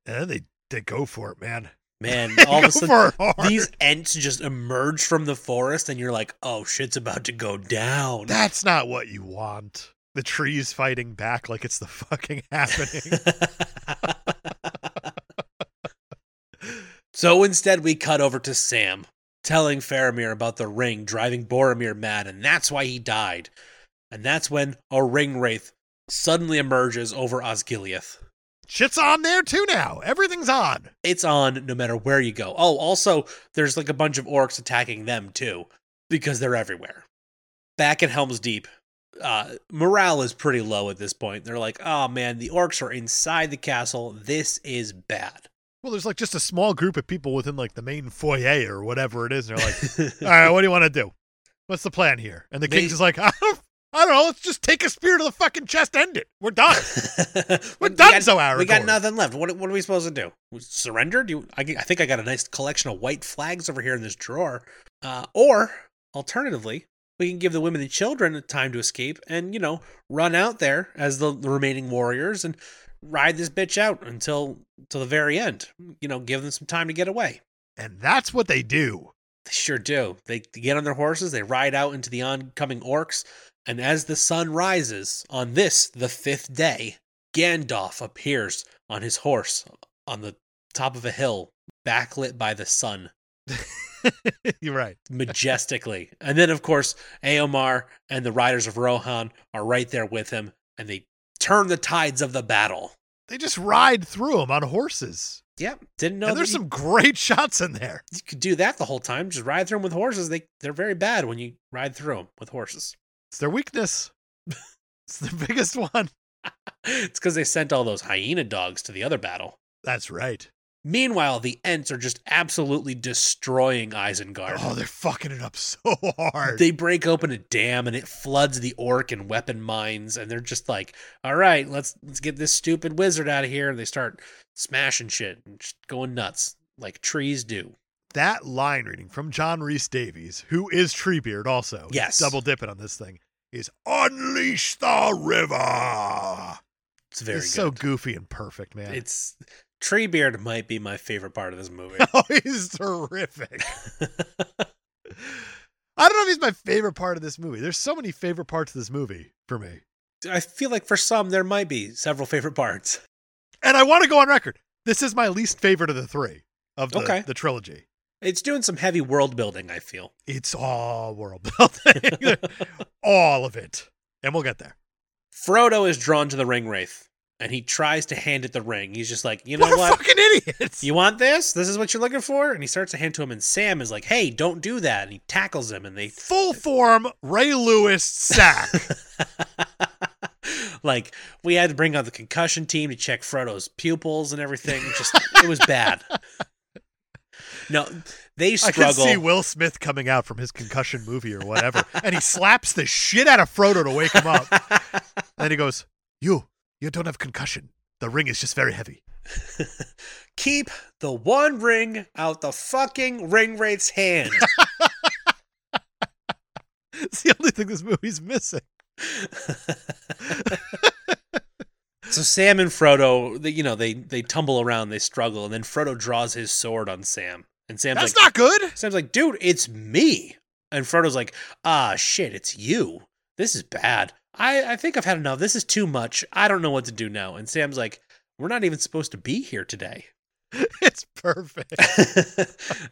and they they go for it, man. (laughs) Man, They all of go a sudden, for it hard. these ents just emerge from the forest, and you're like, oh, shit's about to go down. That's not what you want. The trees fighting back like it's the (laughs) fucking happening. (laughs) so instead, we cut over to Sam, telling Faramir about the ring, driving Boromir mad, and that's why he died. And that's when a ring wraith suddenly emerges over Osgiliath. Shit's on there too now. Everything's on. It's on no matter where you go. Oh, also, there's like a bunch of orcs attacking them too, because they're everywhere. Back at Helm's Deep, uh, morale is pretty low at this point. They're like, oh man, the orcs are inside the castle. This is bad. (laughs) Well, there's like just a small group of people within like the main foyer or whatever it is, and they're like, (laughs) "All right, what do you want to do? What's the plan here?" And the They- king's is like, (laughs) "I don't, I don't know. Let's just take a spear to the fucking chest. End it. We're done. (laughs) We're We done. got- so Aragorn. We got nothing left. What, what are we supposed to do? Surrender? Do you, I, g- I think I got a nice collection of white flags over here in this drawer. Uh, or alternatively, we can give the women and children time to escape, and you know, run out there as the, the remaining warriors and ride this bitch out until till the very end. You know, give them some time to get away. And that's what they do. (laughs) They sure do. They get on their horses, they ride out into the oncoming orcs, and as the sun rises on this, the fifth day, Gandalf appears on his horse on the top of a hill, backlit by the sun You're right. (laughs) majestically. and then, of course, Aomar and the riders of Rohan are right there with him, and they turn the tides of the battle. They just ride through them on horses. Yep, didn't know and that there's you, some great (laughs) shots in there. you could do that the whole time. Just ride through them with horses. They they're very bad when you ride through them with horses. It's their weakness. (laughs) it's the biggest one. it's because they sent all those hyena dogs to the other battle. That's right. Meanwhile, the Ents are just absolutely destroying Isengard. Oh, they're fucking it up so (laughs) hard. they break open a dam and it floods the orc and weapon mines, and they're just like, "All right, let's let's get this stupid wizard out of here." And they start smashing shit and just going nuts like trees do. that line reading from John Reese Davies, who is Treebeard also, he's Yes. double dipping on this thing, is unleash the river. It's very it's so good. goofy and perfect, man. It's Treebeard might be my favorite part of this movie. (laughs) (laughs) oh, he's terrific. I don't know if he's my favorite part of this movie. There's so many favorite parts of this movie for me, I feel like for some there might be several favorite parts. and I want to go on record. This is my least favorite of the three of the, Okay. the trilogy. It's doing some heavy world building. I (laughs) feel. It's all world (laughs) building, (laughs) all of it, and we'll get there. Frodo is drawn to the ring wraith and he tries to hand it the ring. He's just like, you know what, what? a fucking idiot! You want this? This is what you're looking for? And he starts to hand to him, and Sam is like, hey, don't do that. And he tackles him, and they full form Ray Lewis sack. (laughs) like, we had to bring out the concussion team to check Frodo's pupils and everything. It Just it was (laughs) bad. No, they I can see struggle. Will Smith coming out from his concussion movie or whatever, and he slaps the shit out of Frodo to wake him up. And then he goes, "You, you don't have concussion. The ring is just very heavy." (laughs) (laughs) Keep the one ring out the fucking ring wraith's hand. It's the only thing this movie's missing. (laughs) So Sam and Frodo, they, you know, they they tumble around, they struggle, and then Frodo draws his sword on Sam, and Sam's That's like, not good. (laughs) Sam's like, dude, it's me. And Frodo's like, ah, shit, it's you. This is bad. I, I think I've had enough. This is too much. I don't know what to do now. And Sam's like, we're not even supposed to be here today. It's perfect.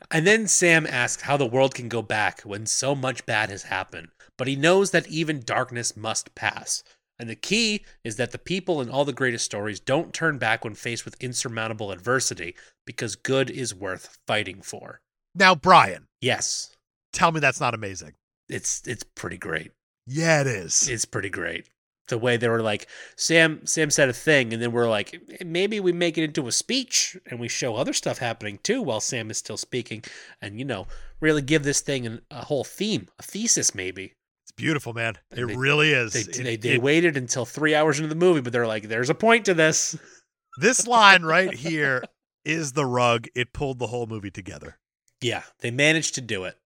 (laughs) and then Sam asks how the world can go back when so much bad has happened, but he knows that even darkness must pass. And the key is that the people in all the greatest stories don't turn back when faced with insurmountable adversity because good is worth fighting for. Now, Brian, Yes, tell me that's not amazing. it's it's pretty great. Yeah, it is. It's pretty great. The way they were like Sam Sam said a thing and then we're like maybe we make it into a speech and we show other stuff happening too while Sam is still speaking and you know really give this thing an, a whole theme, a thesis maybe. It's beautiful, man. It They- really is. They It- they, they it- waited until 3 hours into the movie but they're like there's a point to this. this (laughs) line right here is the rug. It pulled the whole movie together. Yeah, they managed to do it.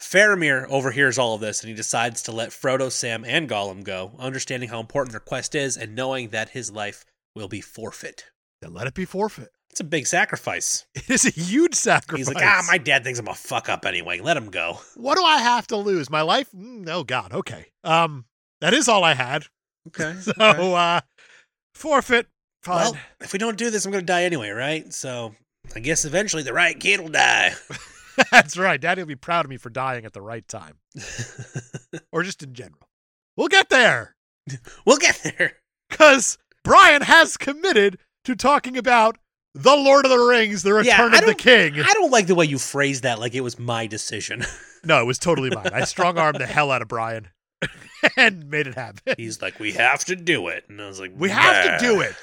Faramir overhears all of this and he decides to let Frodo, Sam, and Gollum go, understanding how important their quest is and knowing that his life will be forfeit. Then let it be forfeit. It's a big sacrifice. It is a huge sacrifice. He's like, ah, my dad thinks I'm a fuck up anyway. Let him go. What do I have to lose? My life? Mm, oh God. Okay. Um, that is all I had. (laughs) (laughs) Okay. So uh, forfeit. Fine. well, if we don't do this, I'm going to die (laughs) anyway, right? So I guess eventually the right kid will die. (laughs) That's right. Daddy will be proud of me for dying at the right time, or just in general. We'll get there we'll get there. because Brian has committed to talking about The Lord of the Rings, The Yeah, Return I of the don't- King. I don't like the way you phrased that like it was my decision. (laughs) No, it was totally mine. I strong armed the hell out of Brian (laughs) and made it happen. He's like, we have to do it. And I was like, We have "Nah." to do it.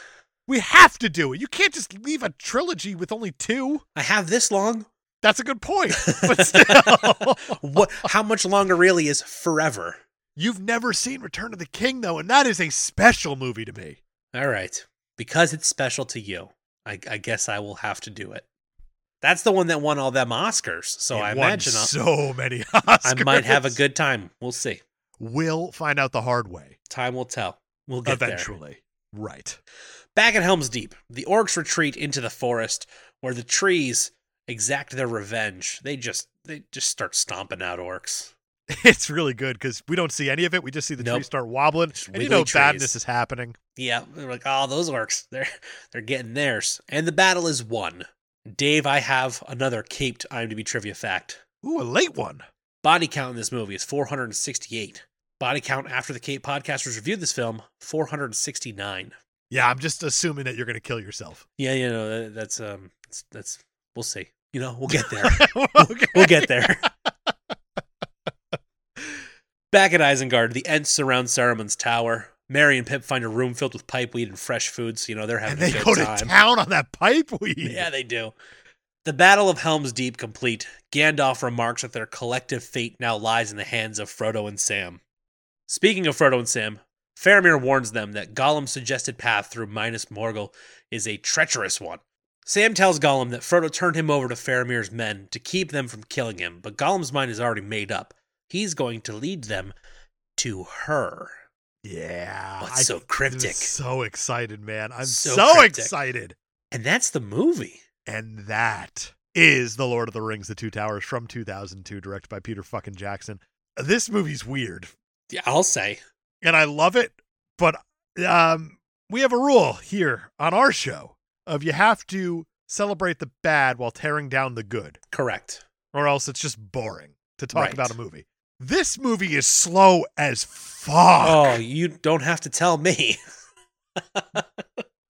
We have to do it. You can't just leave a trilogy with only two. I have this (laughs) long. (laughs) That's a good point. But still, What? How much longer really is forever? you've never seen Return of the King, though, and that is a special movie to me. All right. Because it's special to you, I, I guess I will have to do it. That's the one that won all them Oscars. So It I won imagine I'll- so many Oscars. I might have a good time. We'll see. We'll find out the hard way Time will tell. We'll get there. eventually. Right. (laughs) Back at Helm's Deep, the orcs retreat into the forest where the trees exact their revenge. They just they just start stomping out orcs. It's really good because we don't see any of it. We just see the Nope. trees start wobbling, Just and you wiggly know trees. badness is happening. Yeah, they're like, oh, those orcs, they're they're getting theirs. And the battle is won. Dave, I have another caped IMDb trivia fact. Ooh, a late one. Body count in this movie is 468. Body count after the Cape podcasters reviewed this film, 469. Yeah, I'm just assuming that you're going to kill yourself. (laughs) Yeah, you know, that, that's um that's, that's we'll see. You know, we'll get (laughs) there. okay. We'll get there. Back at Isengard, the Ents surround Saruman's tower. Mary and Pip find a room filled with pipeweed and fresh foods. You know, they're having and they a good go time. to town on that pipe weed. Yeah, they do. The Battle of Helm's Deep complete, Gandalf remarks that their collective fate now lies in the hands of Frodo and Sam. Speaking of Frodo and Sam, Faramir warns them that Gollum's suggested path through Minas Morgul is a treacherous one. Sam tells Gollum that Frodo turned him over to Faramir's men to keep them from killing him, but Gollum's mind is already made up. He's going to lead them to her. Yeah. What's so I'm cryptic? so excited, man. I'm So so, cryptic. excited. And that's the movie. And that is The Lord of the Rings, The Two Towers from 2002, directed by Peter fucking Jackson. This movie's weird, Yeah, I'll say. and I love it, but um, we have a rule here on our show of you have to celebrate the bad while tearing down the good. Correct. or else it's just boring to talk Right. about a movie. This movie is slow as fuck. Oh, you don't have to tell me. (laughs)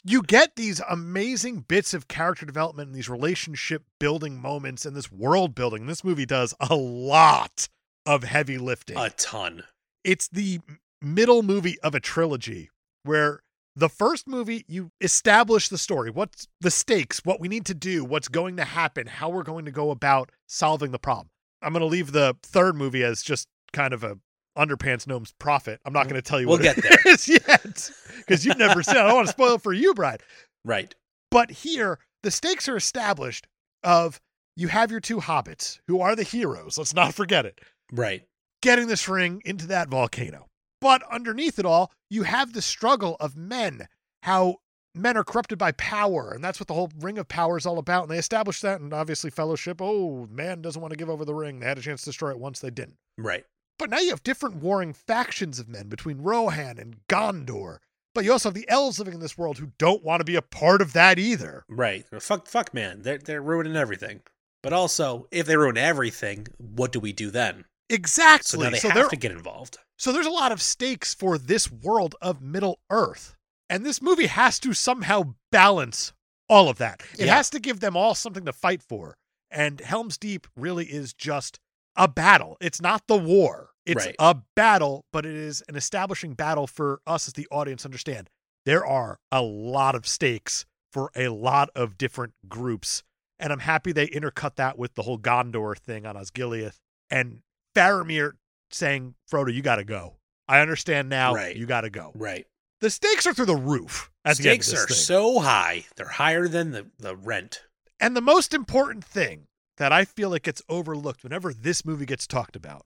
You get these amazing bits of character development and these relationship building moments and this world building. This movie does a lot of heavy lifting. A ton. it's the middle movie of a trilogy where the first movie you establish the story, what's the stakes, what we need to do, what's going to happen, how we're going to go about solving the problem. I'm going to leave the third movie as just kind of a underpants gnome's prophet. I'm not going to tell you We'll what get it (laughs) is yet because you've never seen. it. I don't want to spoil it for you, Brian. Right. But here, the stakes are established. Of you have your two hobbits who are the heroes. Let's not forget it Right. getting this ring into that volcano. But underneath it all, you have the struggle of men, how men are corrupted by power. And that's what the whole Ring of Power is all about. And they established that. And obviously, fellowship oh, man doesn't want to give over the ring. They had a chance to destroy it once, they didn't. Right. But now you have different warring factions of men between Rohan and Gondor. But you also have the elves living in this world who don't want to be a part of that either. Right. Fuck fuck man. They're they're ruining everything. But also, if they ruin everything, what do we do then? So Exactly. now they so have they're to get involved. So there's a lot of stakes for this world of Middle Earth. And this movie has to somehow balance all of that. It Yeah. has to give them all something to fight for. And Helm's Deep really is just a battle. It's not the war. It's Right. a battle, but it is an establishing battle for us as the audience to understand. There are a lot of stakes for a lot of different groups. And I'm happy they intercut that with the whole Gondor thing on Osgiliath and Faramir saying, Frodo, you got to go. I understand now. Right. You got to go. Right. The stakes are through the roof. At the end of Stakes this are thing. so high. They're higher than the, the rent. (laughs) And the most important thing that I feel like gets overlooked whenever this movie gets talked about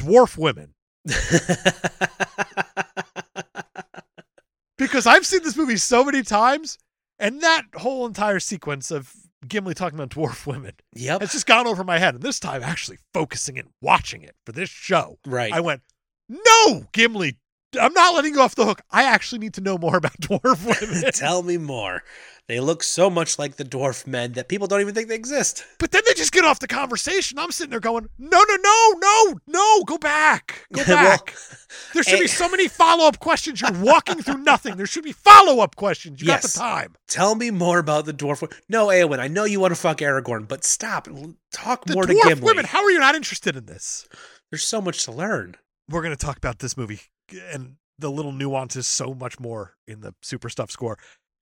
dwarf women. Because I've seen this movie so many times, and that whole entire sequence of Gimli talking about dwarf women yep. has just gone over my head. And this time, actually focusing and watching it for this show, Right. I went, no, Gimli, I'm not letting you off the hook. I actually need to know more about (laughs) dwarf (laughs) women. Tell me more. They look so much like the dwarf men that people don't even think they exist. But then they just get off the conversation. I'm sitting there going, no, no, no, no, no, go back. (laughs) Go Well, back. there should eh. be so many follow up questions. You're walking (laughs) through nothing. There should be follow up questions. You got Yes. the time. Tell me more about the dwarf. wo- No, Eowyn, I know you want to fuck Aragorn, but stop. L- Talk The more to dwarf Gimli. women, how are you not interested in this? There's so much to learn. We're going to talk about this movie and the little nuances so much more in the super stuff score.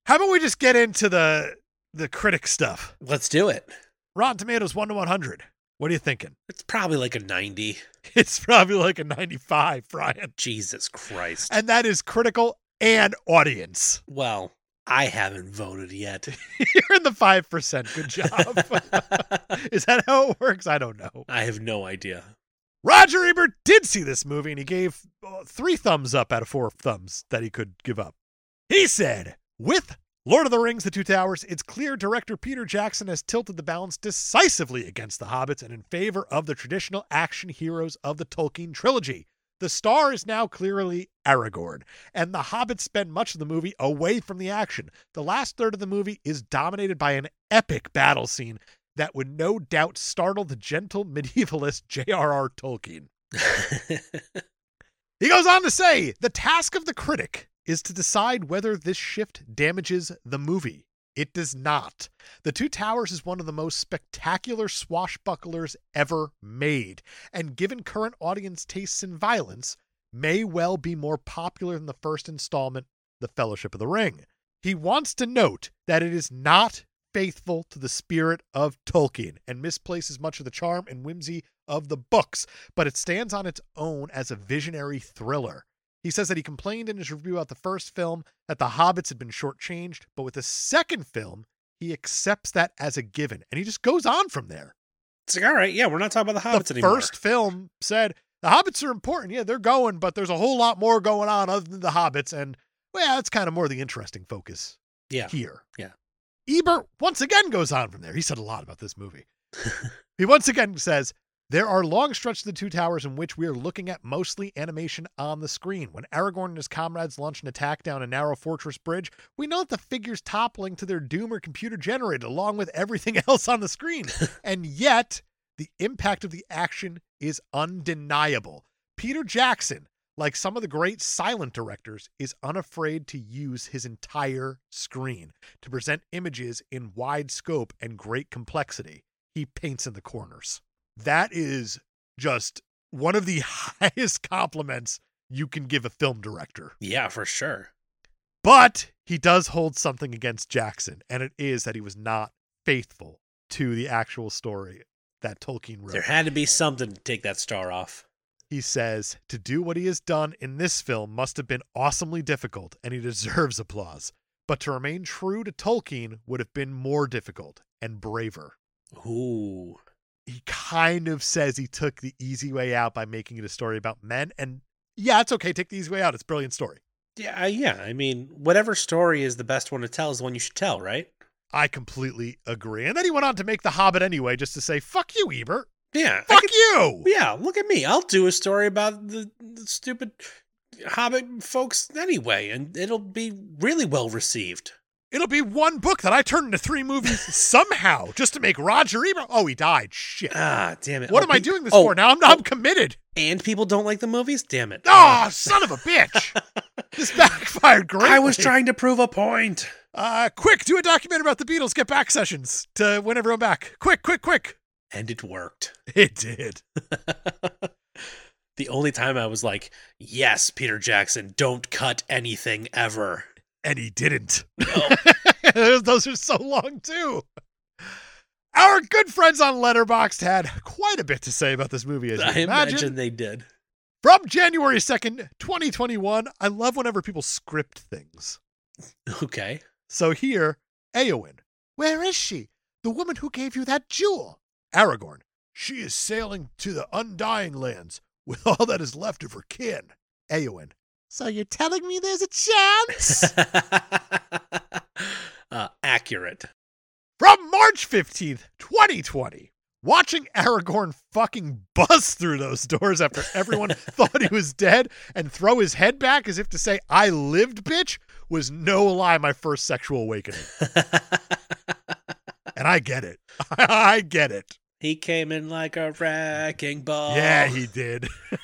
How about we just get into the the critic stuff? Let's do it. Rotten Tomatoes 1 to 100. What are you thinking? (laughs) It's probably like a 90. It's probably like a 95, Brian. Jesus Christ. and that is critical and audience. (laughs) well, I haven't voted yet. (laughs) You're in the five percent. Good job. (laughs) is that how it works? I don't know. I have no idea. (laughs) Roger Ebert did see this movie, and he gave uh, three thumbs up out of four thumbs that he could give up. He said, "With Lord of the Rings: The Two Towers, it's clear director Peter Jackson has tilted the balance decisively against the hobbits and in favor of the traditional action heroes of the Tolkien trilogy." The star is now clearly Aragorn, and the hobbits spend much of the movie away from the action. The last third of the movie is dominated by an epic battle scene that would no doubt startle the gentle (laughs) medievalist J.R.R. Tolkien. He goes on to say the task of the critic is to decide whether this shift damages the movie. It does not. The Two Towers is one of the most spectacular swashbucklers ever made, and given current audience tastes in violence, may well be more popular than the first installment, The Fellowship of the Ring. He wants to note that it is not faithful to the spirit of Tolkien and misplaces much of the charm and whimsy of the books, but it stands on its own as a visionary thriller. He says that he complained in his review about the first film that the hobbits had been shortchanged, but with the second film, he accepts that as a given. And he just goes on from there. It's like, all right, yeah, we're not talking about the hobbits the anymore. first film said the hobbits are important. Yeah, they're going, but there's a whole lot more going on other than the hobbits. And, well, that's kind of more the interesting focus Yeah. here. Yeah. Ebert once again goes on from there. He said a lot about (laughs) this movie. he once again says, There are long stretches of the two towers in which we are looking at mostly animation on the screen. When Aragorn and his comrades launch an attack down a narrow fortress bridge, we note the figures toppling to their doom are computer generated along with everything (laughs) else on (laughs) the screen. and yet, the impact of the action is undeniable. Peter Jackson, like some of the great silent directors, is unafraid to use his entire screen to present images in wide scope and great complexity. He paints in the corners. That is just one of the (laughs) highest compliments you can give a film director. Yeah, for sure. But he does hold something against Jackson, and it is that he was not faithful to the actual story that Tolkien wrote. There had to be something to take that star off. He says, to do what he has done in this film must have been awesomely difficult, and he deserves (laughs) applause. But to remain true to Tolkien would have been more difficult and braver. Ooh. He kind of says he took the easy way out by making it a story about men. And yeah, it's okay. Take the easy way out. It's a brilliant story. Yeah, I- yeah. I mean, whatever story is the best one to tell is the one you should tell, right? I completely agree. And then he went on to make The Hobbit anyway, just to say, fuck you, Ebert. Yeah. I Fuck could- you. yeah, look at me. I'll do a story about the, the stupid hobbit folks anyway, and it'll be really well received. It'll be one book that I turn into three movies (laughs) somehow just to make Roger Ebert. Oh, he died. Shit. Ah, damn (laughs) it. What Oh, am I pe- doing this oh, for? Now I'm, (laughs) I'm committed. And people don't like the movies? Damn it. Uh, Oh, son of (laughs) a bitch. this backfired greatly. I was trying to prove a point. Uh, quick, do a documentary about the Beatles. Get back sessions to win everyone back. Quick, quick, quick. And it worked. (laughs) It did. the only time I was like, yes, Peter Jackson, don't cut anything ever. And he didn't. No. Oh. Those (laughs) those are so long, too. Our good friends on Letterboxd had quite a bit to say about this movie, as you I imagine. imagine they did. From January 2nd, 2021, I love whenever people script things. Okay. (laughs) So here, Eowyn. Where is she? The woman who gave you that jewel. Aragorn. She is sailing to the Undying Lands with (laughs) all that is left of her kin. Eowyn. So you're telling me there's a chance? (laughs) uh, accurate. (laughs) From March 15th, 2020. Watching Aragorn fucking buzz through those doors after everyone (laughs) thought he was dead and throw his head back as if to say, I lived, bitch, was no lie my first sexual awakening. And I get it. (laughs) I get it. he came in like a wrecking ball. Yeah, he did. (laughs)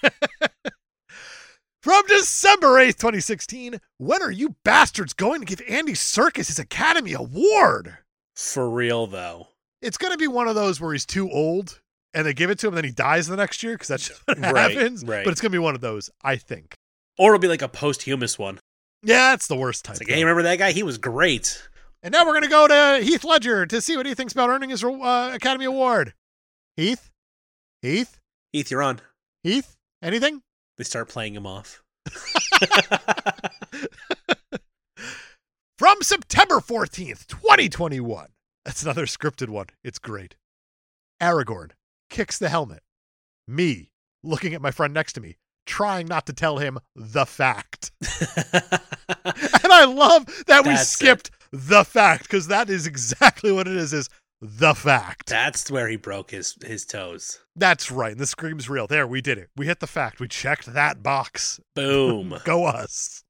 From December 8th, 2016, when are you bastards going to give Andy Serkis his Academy Award? For real though. It's going to be one of those where he's too old and they give it to him and then he dies the next year because that's just what Right, happens. right. But it's going to be one of those, I think. Or it'll be like a posthumous one. Yeah, it's the worst type. It's like, though. hey, remember that guy? He was great. and now we're going to go to Heath Ledger to see what he thinks about earning his uh, Academy Award. Heath? Heath? Heath, you're on. Heath? Anything? They start playing him (laughs) off. from September 14th, 2021. That's another scripted one. It's great. Aragorn kicks the helmet. Me looking at my friend next to me, trying not to tell him the fact. (laughs) And I love that we That's it. skipped the fact because that is exactly what it is is the fact. That's where he broke his his toes. That's right. And the scream's real. There, we did it. We hit the fact. We checked that box. (laughs) Boom. Go us.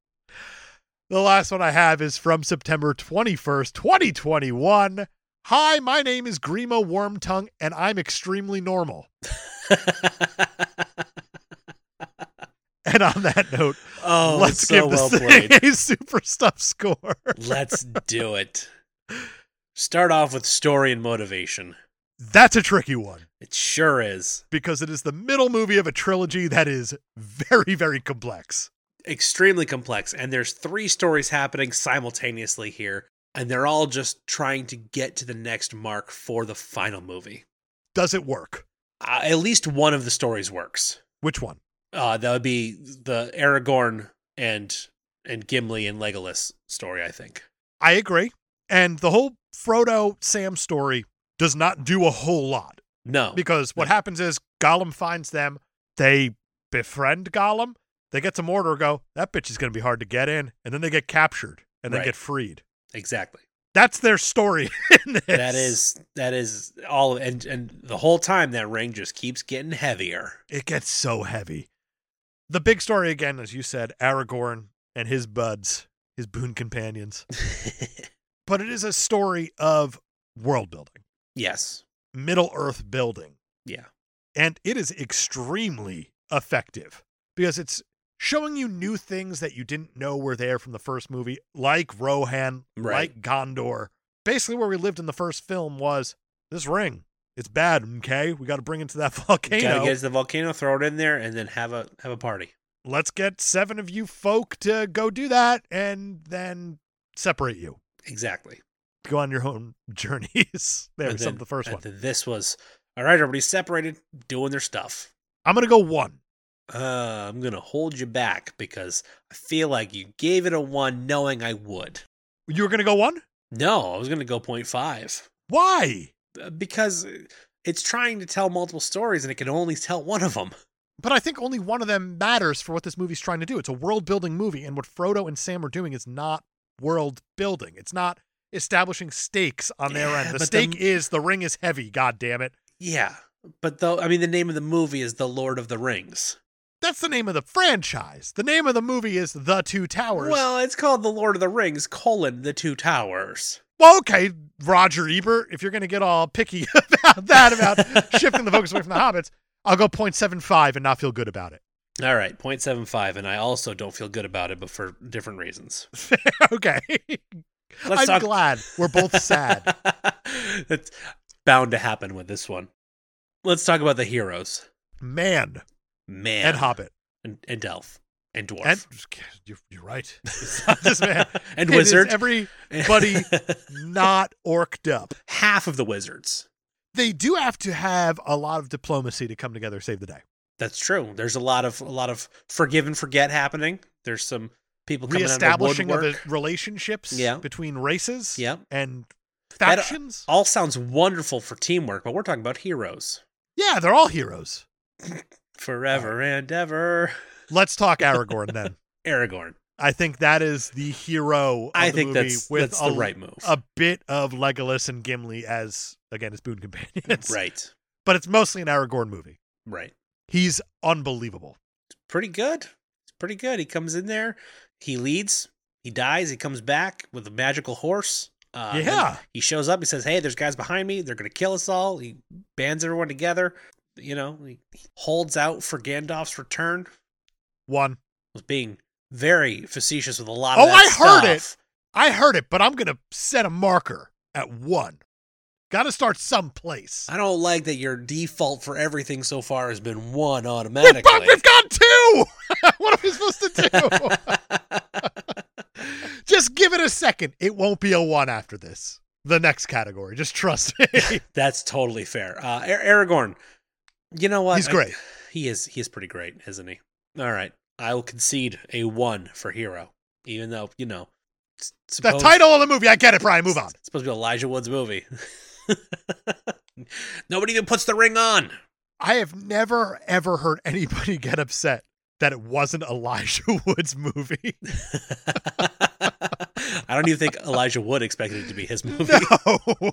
The last one I have is from September 21st, 2021. Hi, my name is Grima Wormtongue, and I'm extremely normal. And on that note, oh, let's it's give so well this played. (laughs) thing a super stuff score. Let's do it. Start off with story and motivation. That's a tricky one It sure is. because it is the middle movie of a trilogy that is very, very complex. Extremely complex. And there's three stories happening simultaneously here. And they're all just trying to get to the next mark for the final movie. Does it work? Uh, at least one of the stories works. Which one? Uh, that would be the Aragorn and and Gimli and Legolas story, I think. I agree. And the whole Frodo Sam story does not do a whole lot. No. Because what Yeah. happens is Gollum finds them. They befriend Gollum. They get to Mordor. Go. That bitch is going to be hard to get in. And then they get captured and then Right. get freed. exactly. That's their story. (laughs) In this. That is that is all and and the whole time that ring just keeps getting heavier. (laughs) It gets so heavy. The big story again, as you said, Aragorn and his buds, his boon companions. (laughs) But it is a story of world building, yes. Middle Earth building. Yeah. and it is extremely effective because it's showing you new things that you didn't know were there from the first movie, like Rohan, Right. like Gondor. Basically, where we lived in the first film was this ring. It's bad, okay? We got to bring it to that (laughs) volcano. Gotta get the volcano, throw it in there, and then have a have a party. Let's get seven of you folk to go do that and then separate you. Exactly. Go on your own (laughs) journeys. (laughs) there, And was some of then- the first and one. then this was all right, everybody's separated, doing their stuff. I'm going to go one. Uh, I'm gonna hold you back because I feel like you gave it a one knowing I would. You were going to go one? No, I was gonna go point five. Why? Uh, Because it's trying to tell multiple stories and it can only tell one of them. But I think only one of them matters for what this movie's trying to do. It's a world building movie, and what Frodo and Sam are doing is not world building. It's not establishing stakes on their Yeah, end. The but the- stake is the ring is heavy, god damn it. Yeah. But though I mean the name of the movie is The Lord of the Rings. That's the name of the franchise. The name of the movie is The Two Towers. Well, it's called The Lord of the Rings, colon the two (laughs) towers. Well, okay, Roger Ebert, if you're gonna get all picky (laughs) about (laughs) that, about shifting the focus away from the hobbits, I'll go 0.75 and not feel good about it. (laughs) All right, 0.75, and I also don't feel good about it, but for different reasons. okay. Let's (laughs) I'm talk- glad. We're both (laughs) sad. That's bound to happen with this one. Let's talk about the heroes. Man Man. and Hobbit. And, and elf. And dwarf. (laughs) And you're, you're right. It's not (laughs) just man. And It is wizard. every buddy. not orked up. (laughs) Half of the wizards. They do have to have a lot of diplomacy to come together to save the day. That's true. There's a lot of a lot of forgive and forget happening. There's some people coming out of the Reestablishing of woodwork. the relationships Yeah. between races Yeah. uh, and factions. All sounds wonderful for teamwork, but we're talking about heroes yeah, they're all heroes. forever and ever. Let's talk Aragorn then. (laughs) Aragorn. I think that is the hero. Of I the think movie that's with that's a, the right move. a bit of Legolas and Gimli as again as boon companions. right. but it's mostly an Aragorn movie. Right. He's unbelievable. Pretty good. It's pretty good. He comes in there, he leads, he dies, he comes back with a magical horse. Uh, and yeah. He shows up. He says, "Hey, there's guys behind me. They're gonna kill us all." He bands everyone together. You know, he holds out for Gandalf's return. One. Was being very facetious with a lot. Oh, of that I heard it! stuff. I heard it, but I'm going to set a marker at one. Got to start someplace. I don't like that your default for everything so far has been one We've, automatically. but we've got two. (laughs) what are we supposed to do? Just give it a second. It won't be a one after this. The next category. Just trust me. (laughs) That's totally fair. Uh, Ar- Aragorn, you know what? He's I- great. he is. He is pretty great, isn't he? All right, I will concede a one for hero, even though you know. s- The suppose- title of the movie. I get it, Brian. Move on. It's supposed to be Elijah Wood's movie. (laughs) Nobody even puts the ring on. (laughs) I have never ever heard anybody (laughs) get upset that it wasn't Elijah (laughs) Wood's movie. I don't even think Elijah Wood expected it to be his movie. (laughs) no.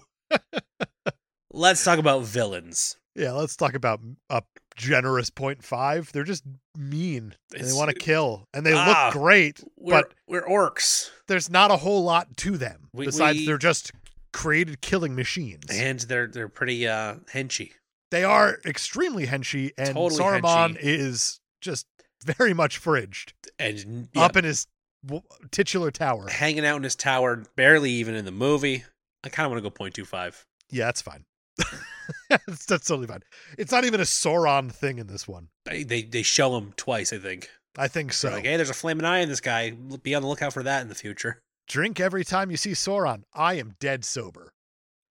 Let's talk about villains. Yeah, let's talk about a generous point five. They're just mean. And they It's- want to kill, and they Ah. look great. We're, But- we're orcs, There's not a whole lot to them We- besides we- they're just created killing machines. and they're they're pretty uh, henchy. they are extremely henchy, and Totally Saruman henchy. is just very much fridged And up in his w- titular tower. hanging out in his tower, barely even in the movie. I kind of want to go 0.25. Yeah, that's fine. (laughs) that's, that's totally fine. It's not even a Sauron thing in this one. They, they they show him twice, I think. I think so. They're like, hey, there's a flaming eye in this guy. Be on the lookout for that in the future. Drink every time you see Sauron. I am dead sober.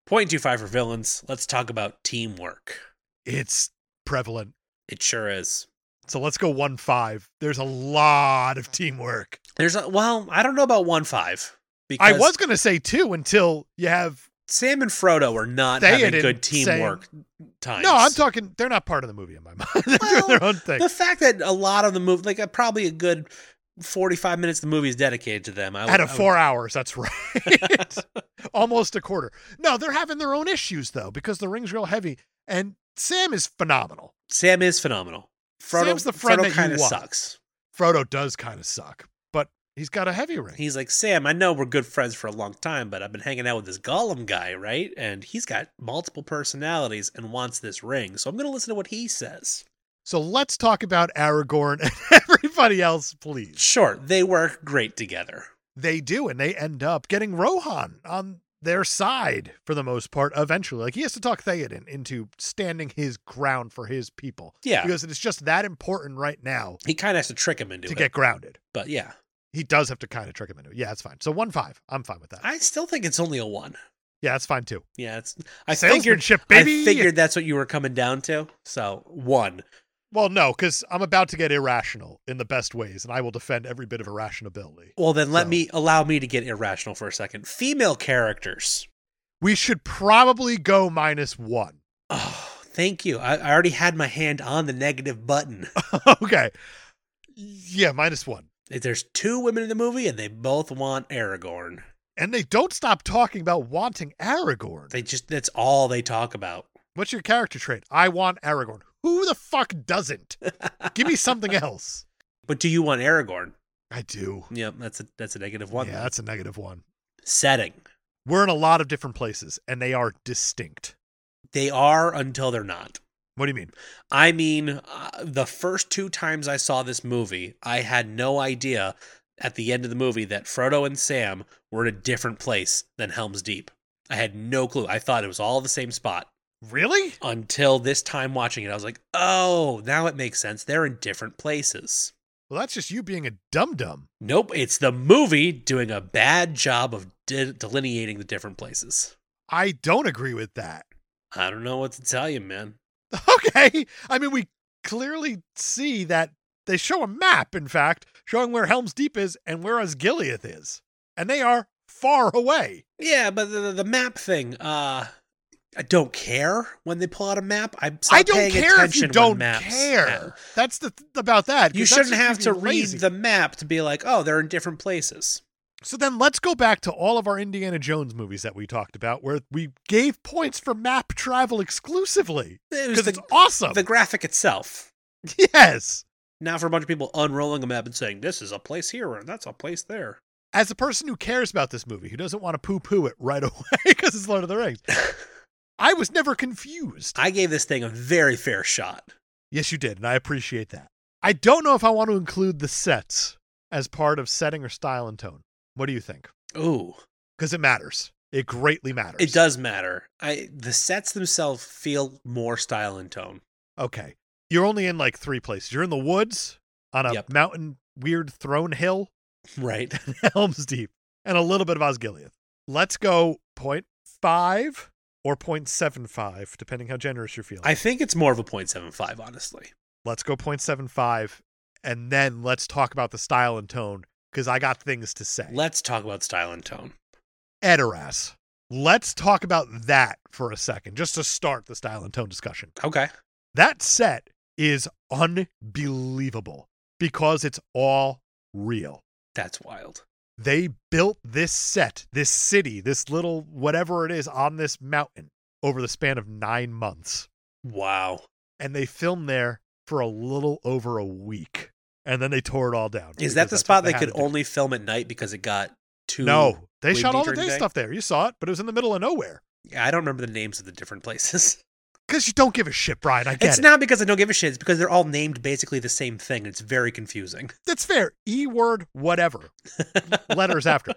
0.25 for villains. Let's talk about teamwork. It's prevalent. It sure is. So let's go one five. There's a lot of teamwork. There's a well, I don't know about one five because I was gonna say two until you have Sam and Frodo are not They having didn't good say- teamwork times. no. I'm talking. They're not part of the movie in my mind. (laughs) They're Well, doing their own thing. the fact that a lot of the movie, like uh, probably a good forty five minutes, of the movie is dedicated to them. I would- Out of I would- four hours, that's right. (laughs) (laughs) Almost a quarter. No, they're having their own issues though because the ring's real heavy. And Sam is phenomenal. Sam is phenomenal. Frodo, Sam's the friend Frodo that you kinda want. sucks. Frodo does kind of suck, but he's got a heavy ring. He's like Sam. I know we're good friends for a long time, but I've been hanging out with this Gollum guy, right? And he's got multiple personalities and wants this ring, so I'm going to listen to what he says. So let's talk about Aragorn (laughs) and everybody else, please. Sure, they work great together. they do and they end up getting rohan on their side for the most part eventually like he has to talk theoden into standing his ground for his people Yeah, because it's just that important right now he kind of has to trick him into to it. get grounded but yeah, he does have to kind of trick him into it yeah that's fine so one five i'm fine with that I still think it's only a one. yeah that's fine too Yeah, it's. I figured. salesmanship baby I figured that's what you were coming down to. So one. well no because i'm about to get irrational in the best ways and i will defend every bit of irrationability Well, then let So- me allow me to get irrational for a second. Female characters. we should probably go minus one (laughs) Oh, thank you. I, I already had my hand on the negative button. okay yeah minus one There's two women in the movie, and they both want Aragorn. And they don't stop talking about wanting Aragorn. They just that's all they talk about. What's your character trait? I want Aragorn. Who the fuck (laughs) doesn't? Give me something else. But do you want Aragorn? I do. Yep, that's a that's a negative one. Yeah, that's a negative one. Setting. We're in a lot of different places and they are distinct. They are until they're not. What do you mean? I mean, uh, the first two times I saw this movie, I had no idea at the end of the movie that Frodo and Sam were in a different place than Helm's Deep. I had no clue. I thought it was all the same spot Really? until this time watching it. I was like, oh, now it makes sense. They're in different places. Well, that's just you being a dum dum. Nope, it's the movie doing a bad job of de- delineating the different places. I don't agree with that. (laughs) I don't know what to tell you, man. Okay. I mean, we clearly see that they show a map, in fact, showing where Helm's Deep is and where Asgiliath is. And they are far away. Yeah, but the, the map thing, uh, I don't care when they pull out a map. I'm I don't paying care if attention you when don't maps happen. care. That's the th- about that. You 'cause shouldn't that's just have you to being lazy. read the map to be like, oh, they're in different places. So then let's go back to all of our Indiana Jones movies that we talked about, where we gave points for map travel exclusively It was because the, it's awesome. the graphic itself. (laughs) yes. Now for a bunch of people unrolling a map and saying this is a place here and that's a place there. As a person who cares about this movie, who doesn't want to poo poo it right (laughs) away because it's Lord of the Rings, I was never confused. I gave this thing a very fair shot. Yes, you did, and I appreciate that. I don't know if I want to include the sets as part of setting or style and tone. What do you think? Ooh, Because it matters. It greatly matters. it does matter. I the sets themselves feel more style and tone. (laughs) Okay. You're only in like three places. You're in the woods on a Yep. mountain, weird throne hill, (laughs) Right. Helm's Deep, and a little bit of Osgiliath. Let's go 0.5 or 0.75, depending how generous you're feeling. I think it's more of a 0.75, honestly. let's go 0.75, and then let's talk about the style and tone because I got things to say. Let's talk about style and tone. Edoras. Let's talk about that for a second, just to start the style and tone discussion. Okay. That set is unbelievable because it's all real. That's wild. They built this set, this city, this little whatever it is on this mountain over the span of nine months. Wow. And they filmed there for a little over a week. And then they tore it all down. Is because that that's what the spot they they had could to do. only film at night because it got too No, they shot windy all the during day the day? stuff there. You saw it, but it was in the middle of nowhere. I don't remember the names of the different places. (laughs) Because you don't give a shit, Brian. I get It's it. not because I don't give a shit. It's because they're all named basically the same thing. It's very confusing. (laughs) That's fair. E word, whatever. letters after.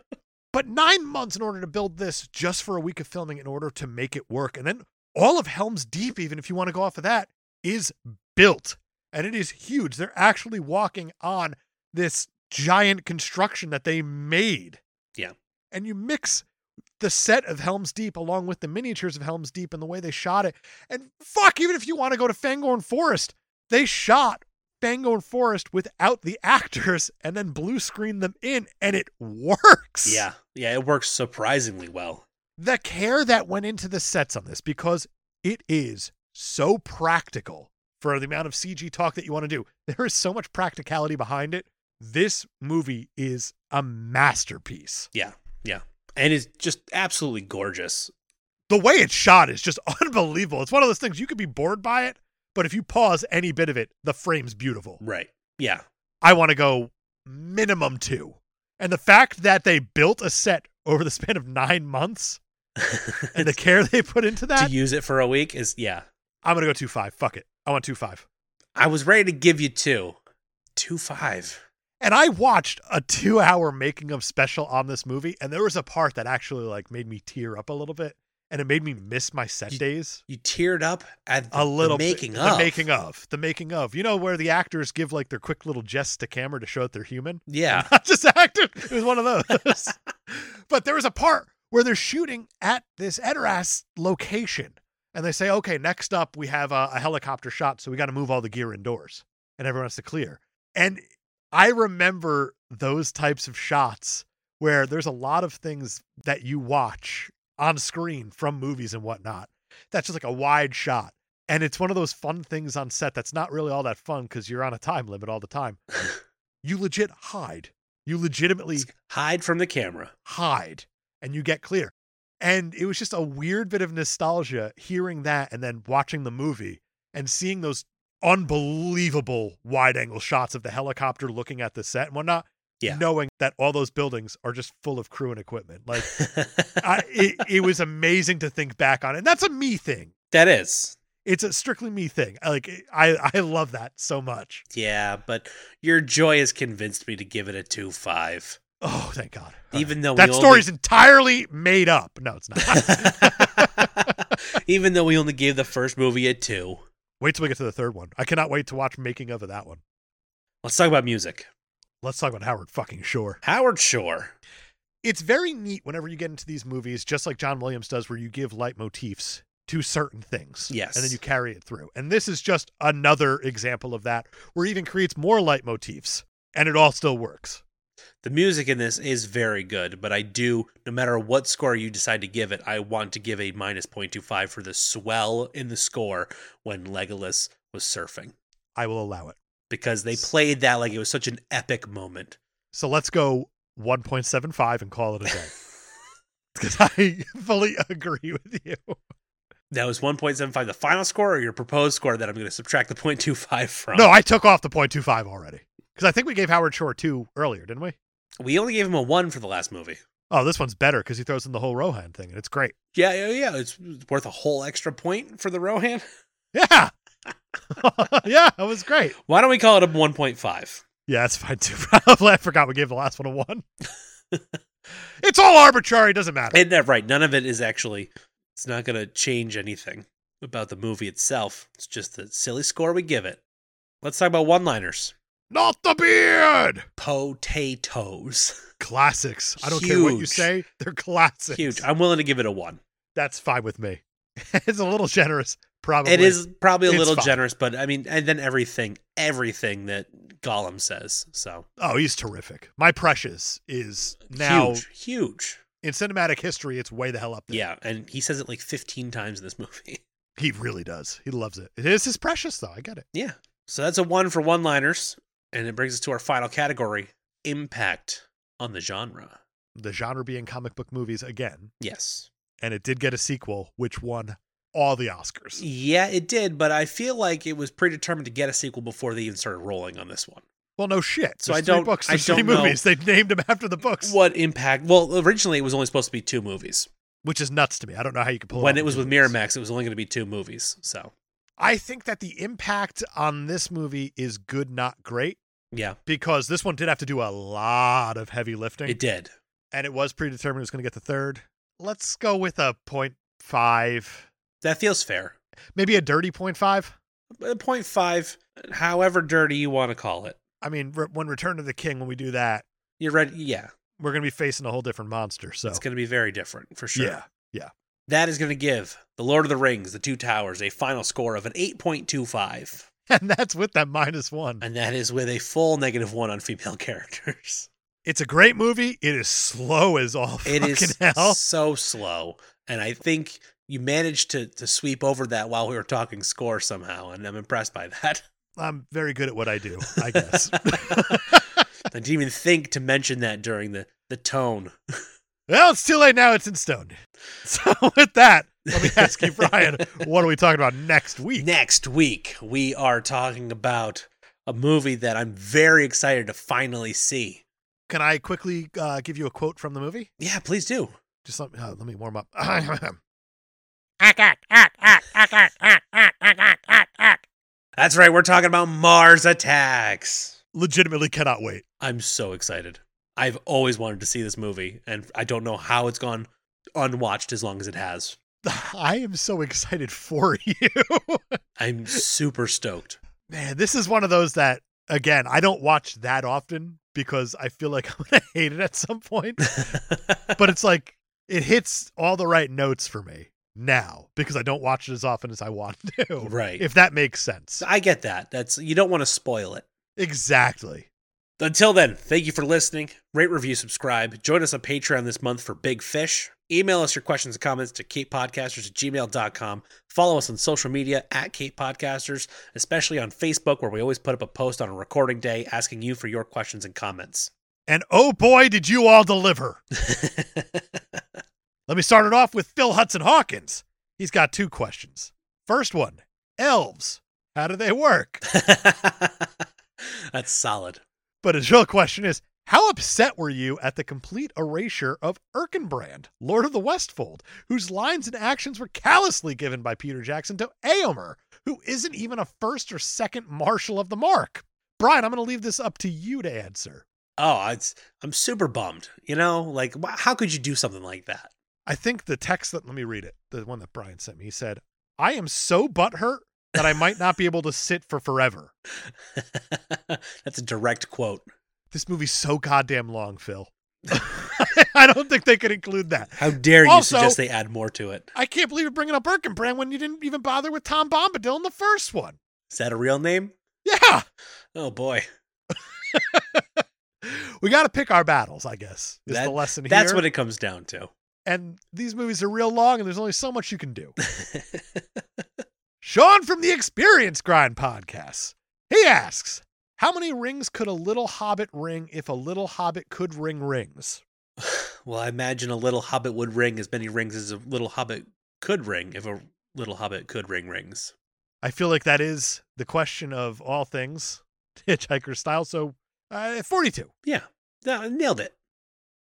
But nine months in order to build this just for a week of filming in order to make it work. And then all of Helm's Deep, even if you want to go off of that, is built and it is huge. They're actually walking on this giant construction that they made. Yeah. And you mix the set of Helm's Deep along with the miniatures of Helm's Deep and the way they shot it. And fuck, even if you want to go to Fangorn Forest, they shot Fangorn Forest without the actors (laughs) and then blue screen them in, and it works. yeah. Yeah. It works surprisingly well. The care that went into the sets on this because it is so practical for the amount of CG talk that you want to do. (laughs) There is so much practicality behind it. This movie is a masterpiece. And it's just absolutely gorgeous. The way it's shot is just (laughs) unbelievable. It's one of those things you could be bored by it, but if you pause any bit of it, the frame's beautiful. Right. Yeah. (laughs) I want to go minimum two. And the fact that they built a set over the span of nine months and the care (laughs) they put into to that, use it for a week is, yeah. I'm going to go two five. Fuck it. I want two five. I was ready to give you two. Two five. And I watched a two hour making of special on this movie. And there was a part that actually like made me tear up a little bit and it made me miss my set You- days. You teared up at the, A little the bit. making of. The making of. The making of. You know where the actors give like their quick little jests to camera to show that they're human? Yeah. (laughs) not just actor. It was one of those. (laughs) but there was a part where they're shooting at this Edoras location, and they say, "Okay, next up we have a, a helicopter shot, so we got to move all the gear indoors, and everyone has to clear." And I remember those types of shots where there's a lot of things that you watch on screen from movies and whatnot. That's just like a wide shot. And it's one of those fun things on set that's not really all that fun because you're on a time limit all the time. you legit hide. You legitimately Hide from the (laughs) camera. hide and you get clear. And it was just a weird bit of nostalgia hearing that and then watching the movie and seeing those unbelievable wide angle shots of the helicopter looking at the set and whatnot. Yeah. Knowing that all those buildings are just full of crew and equipment. Like, I, (laughs) it, it was amazing to think back on. And that's a me thing. that is. It's a strictly me thing. Like, I, I love that so much. Yeah, but your joy has convinced me to give it a two five. Oh, thank God. All right. Even though that we story only (laughs) is entirely made up. No, it's not. (laughs) (laughs) Even though we only gave the first movie a two, wait till we get to the third one. I cannot wait to watch making of of that one. let's talk about music. Let's talk about Howard fucking Shore. Howard Shore. It's very neat whenever you get into these movies, just like John Williams does, where you give light motifs to certain things. Yes. And then you carry it through. And this is just another example of that, where he even creates more light motifs and it all still works. The music in this is very good, but I do, no matter what score you decide to give it, I want to give a minus 0.25 for the swell in the score when Legolas was surfing I will allow it. because they played that like it was such an epic moment. So let's go 1.75 and call it a day. (laughs) Because I fully (laughs) agree with you. That was 1.75, the final score, or your proposed score that I'm going to subtract the 0.25 from? No, I took off the 0.25 already. Because I think we gave Howard Shore two earlier, didn't we? we only gave him a one for the last movie. Oh, this one's better because he throws in the whole Rohan thing, and it's great. (laughs) Yeah, yeah, yeah. It's worth a whole extra point for the Rohan. Yeah. (laughs) yeah, it was great. Why don't we call it a 1.5? Yeah, that's fine too. (laughs) Probably I forgot we gave the last one a (laughs) one. it's all arbitrary, doesn't matter. And that, right, none of it is actually, it's not going to change anything about the movie itself. It's just the silly score we give it. Let's talk about one liners. Not the beard. Potatoes. (laughs) Classics. I don't care what you Huge. say. They're classics. Huge. I'm willing to give it a one. That's fine with me. (laughs) it's a little generous, probably. It is probably a It's little fine. generous, but I mean, and then everything, everything that Gollum says. So Oh, he's terrific. My precious is now huge, huge. in cinematic history. It's way the hell up there. Yeah, and he says it like 15 times in this (laughs) movie. he really does. He loves it. It is his precious though. I get it. Yeah. So that's a one for one liners. And it brings us to our final category impact on the genre. The genre being comic book movies again, Yes. and it did get a sequel, which won all the Oscars. Yeah, it did, but I feel like it was predetermined to get a sequel before they even started rolling on this one. Well, no shit. So There's I three don't- Books. I There's three don't know- movies. They named them after the books, What impact? Well, originally it was only supposed to be two movies. which is nuts to me. I don't know how you could pull. when off it was two with movies. Miramax, it was only going to be two movies. So, I think that the impact on this movie is good, not great, yeah, because this one did have to do a lot of heavy lifting, it did. and it was predetermined it was going to get the third. Let's go with a point five, That feels fair. maybe a dirty point five. But 0.5, however dirty you want to call it. I mean, re- when Return of the King, when we do that, You're right. Yeah, we're going to be facing a whole different monster. So it's going to be very different for sure. Oh. yeah, (laughs) That is going to give The Lord of the Rings, The Two Towers, a final score of an 8.25. and that's with that minus one. And that is with a full negative one on female (laughs) characters. It's a great movie. It is slow as all It fucking is hell. so slow. And I think you managed to, to sweep over that while we were talking score somehow. And I'm impressed by (laughs) that. I'm very good at what I do, I guess. (laughs) I didn't even think to mention that during the, the tone. well, it's too late now. It's in stone. (laughs) So with that, let me ask (laughs) you, Brian, what are we talking about next week? Next week, we are talking about a movie that I'm very excited to finally see. Can I quickly uh, give you a quote from the movie? Yeah, please do. Just let me uh, let me warm up. (laughs) That's right, we're talking about Mars Attacks. Legitimately cannot wait. I'm so excited. I've always wanted to see this movie, and I don't know how it's gone unwatched as long as it has. I am so excited for (laughs) you. I'm super stoked. Man, this is one of those that again, I don't watch that often because I feel like (laughs) I'm gonna hate it at some point. but it's like it hits all the right notes for me now because I don't watch it as often as I want (laughs) to. Right. If that makes sense. I get that. That's you don't want to spoil it. Exactly. Until then, thank you for listening. Rate, review, subscribe. Join us on Patreon this month for Big Fish. Email us your questions and comments to katepodcasters at gmail.com. Follow us on social media at katepodcasters, especially on Facebook, where we always put up a post on a recording day asking you for your questions and comments. (laughs) And oh boy, did you all deliver. Let me start it off with Phil Hudson Hawkins. He's got two questions. First one Elves, how do they work? That's solid. But his real question is how upset were you at the complete erasure of Erkenbrand, Lord of the Westfold, whose lines and actions were callously given by Peter Jackson to Aomer, who isn't even a first or second marshal of the mark? Brian, I'm going to leave this up to you to answer. Oh, it's, I'm super bummed. You know, like, wh- how could you do something like that? I think the text that, let me read it, the one that Brian sent me, he said, I am so butthurt that I might not be able to sit for forever. (laughs) That's a direct quote. This movie's so goddamn long, Phil. (laughs) I don't think they could include that. (laughs) How dare you Also- suggest they add more to it? I can't believe you're bringing up Erkenbrand when you didn't even bother with Tom Bombadil in the first one. Is that a real name? Yeah. Oh, boy. We got to pick our battles, I guess, is That- the lesson That's here. what it comes down to. (sighs) and these movies are real long, and there's only so much you (laughs) can do. Sean from the Experience Grind podcast. He asks, How many rings could a little hobbit ring if a little hobbit could ring rings? Well, I imagine a little hobbit would ring as many rings as a little hobbit could ring if a little hobbit could ring rings. I feel like that is the question of all things (laughs) Hitchhiker's style. So, uh, 42. Yeah, no, nailed it.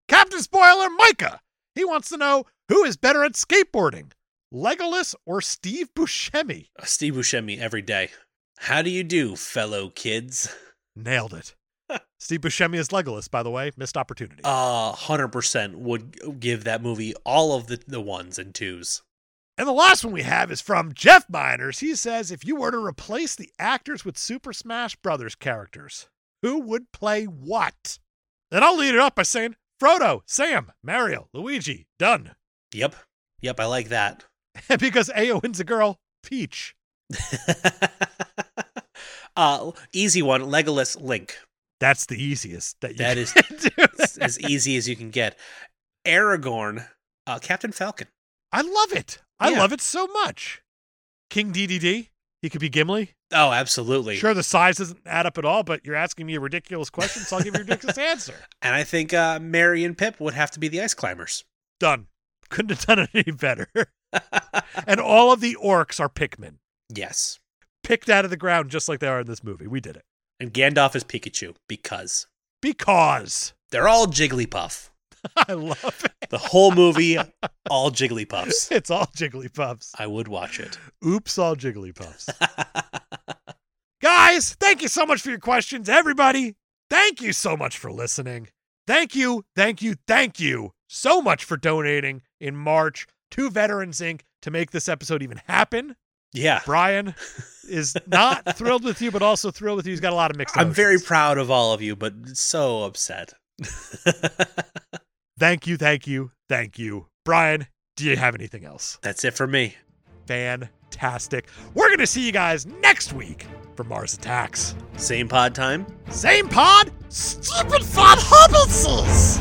Captain Spoiler Micah. He wants to know who is better at skateboarding, Legolas or Steve Buscemi? Steve Buscemi every day. How do you do, fellow kids? Nailed it. Steve Buscemi is Legolas, by the way. Missed opportunity. Uh, 100% would give that movie all of the, the ones and twos. And the last one we have is from Jeff Miners. He says if you were to replace the actors with Super Smash Brothers characters, who would play what? And I'll lead it up by saying Frodo, Sam, Mario, Luigi, done. (laughs) Yep. Yep, I like that. because Aowen's a girl, Peach. (laughs) uh, easy one Legolas Link. That's the easiest that you That can is- (laughs) do. It's as easy as you can get. Aragorn, uh, Captain Falcon. I love it. I Yeah. love it so much. King DDD, he could be Gimli. Oh, absolutely. Sure, the size doesn't add up at all, but you're asking me a ridiculous question, so I'll give you a ridiculous answer. And I think uh, Mary and Pip would have to be the ice climbers. (laughs) Done. Couldn't have done it any better. (laughs) and all of the orcs are Pikmin, yes. picked out of the ground just like they are in this movie. We did it And Gandalf is Pikachu because because (laughs) they're all Jigglypuff. I love it. The whole movie, all Jigglypuffs. It's all Jigglypuffs. I would watch it. (laughs) Oops, all Jigglypuffs. Guys, thank you so much for your questions. Everybody, thank you so much for listening. Thank you, thank you, thank you so much for donating in March to Veterans Inc. to make this episode even happen. yeah. Brian is (laughs) not thrilled with you, but also thrilled with you. He's got a lot of mixed I'm very emotions. proud of all of you, but so upset. (laughs) Thank you, thank you, thank you. Brian, do you have anything else? That's it for me. Fantastic. We're going to see you guys next week for Mars Attacks. Same pod time. Same pod, stupid fun hubbles!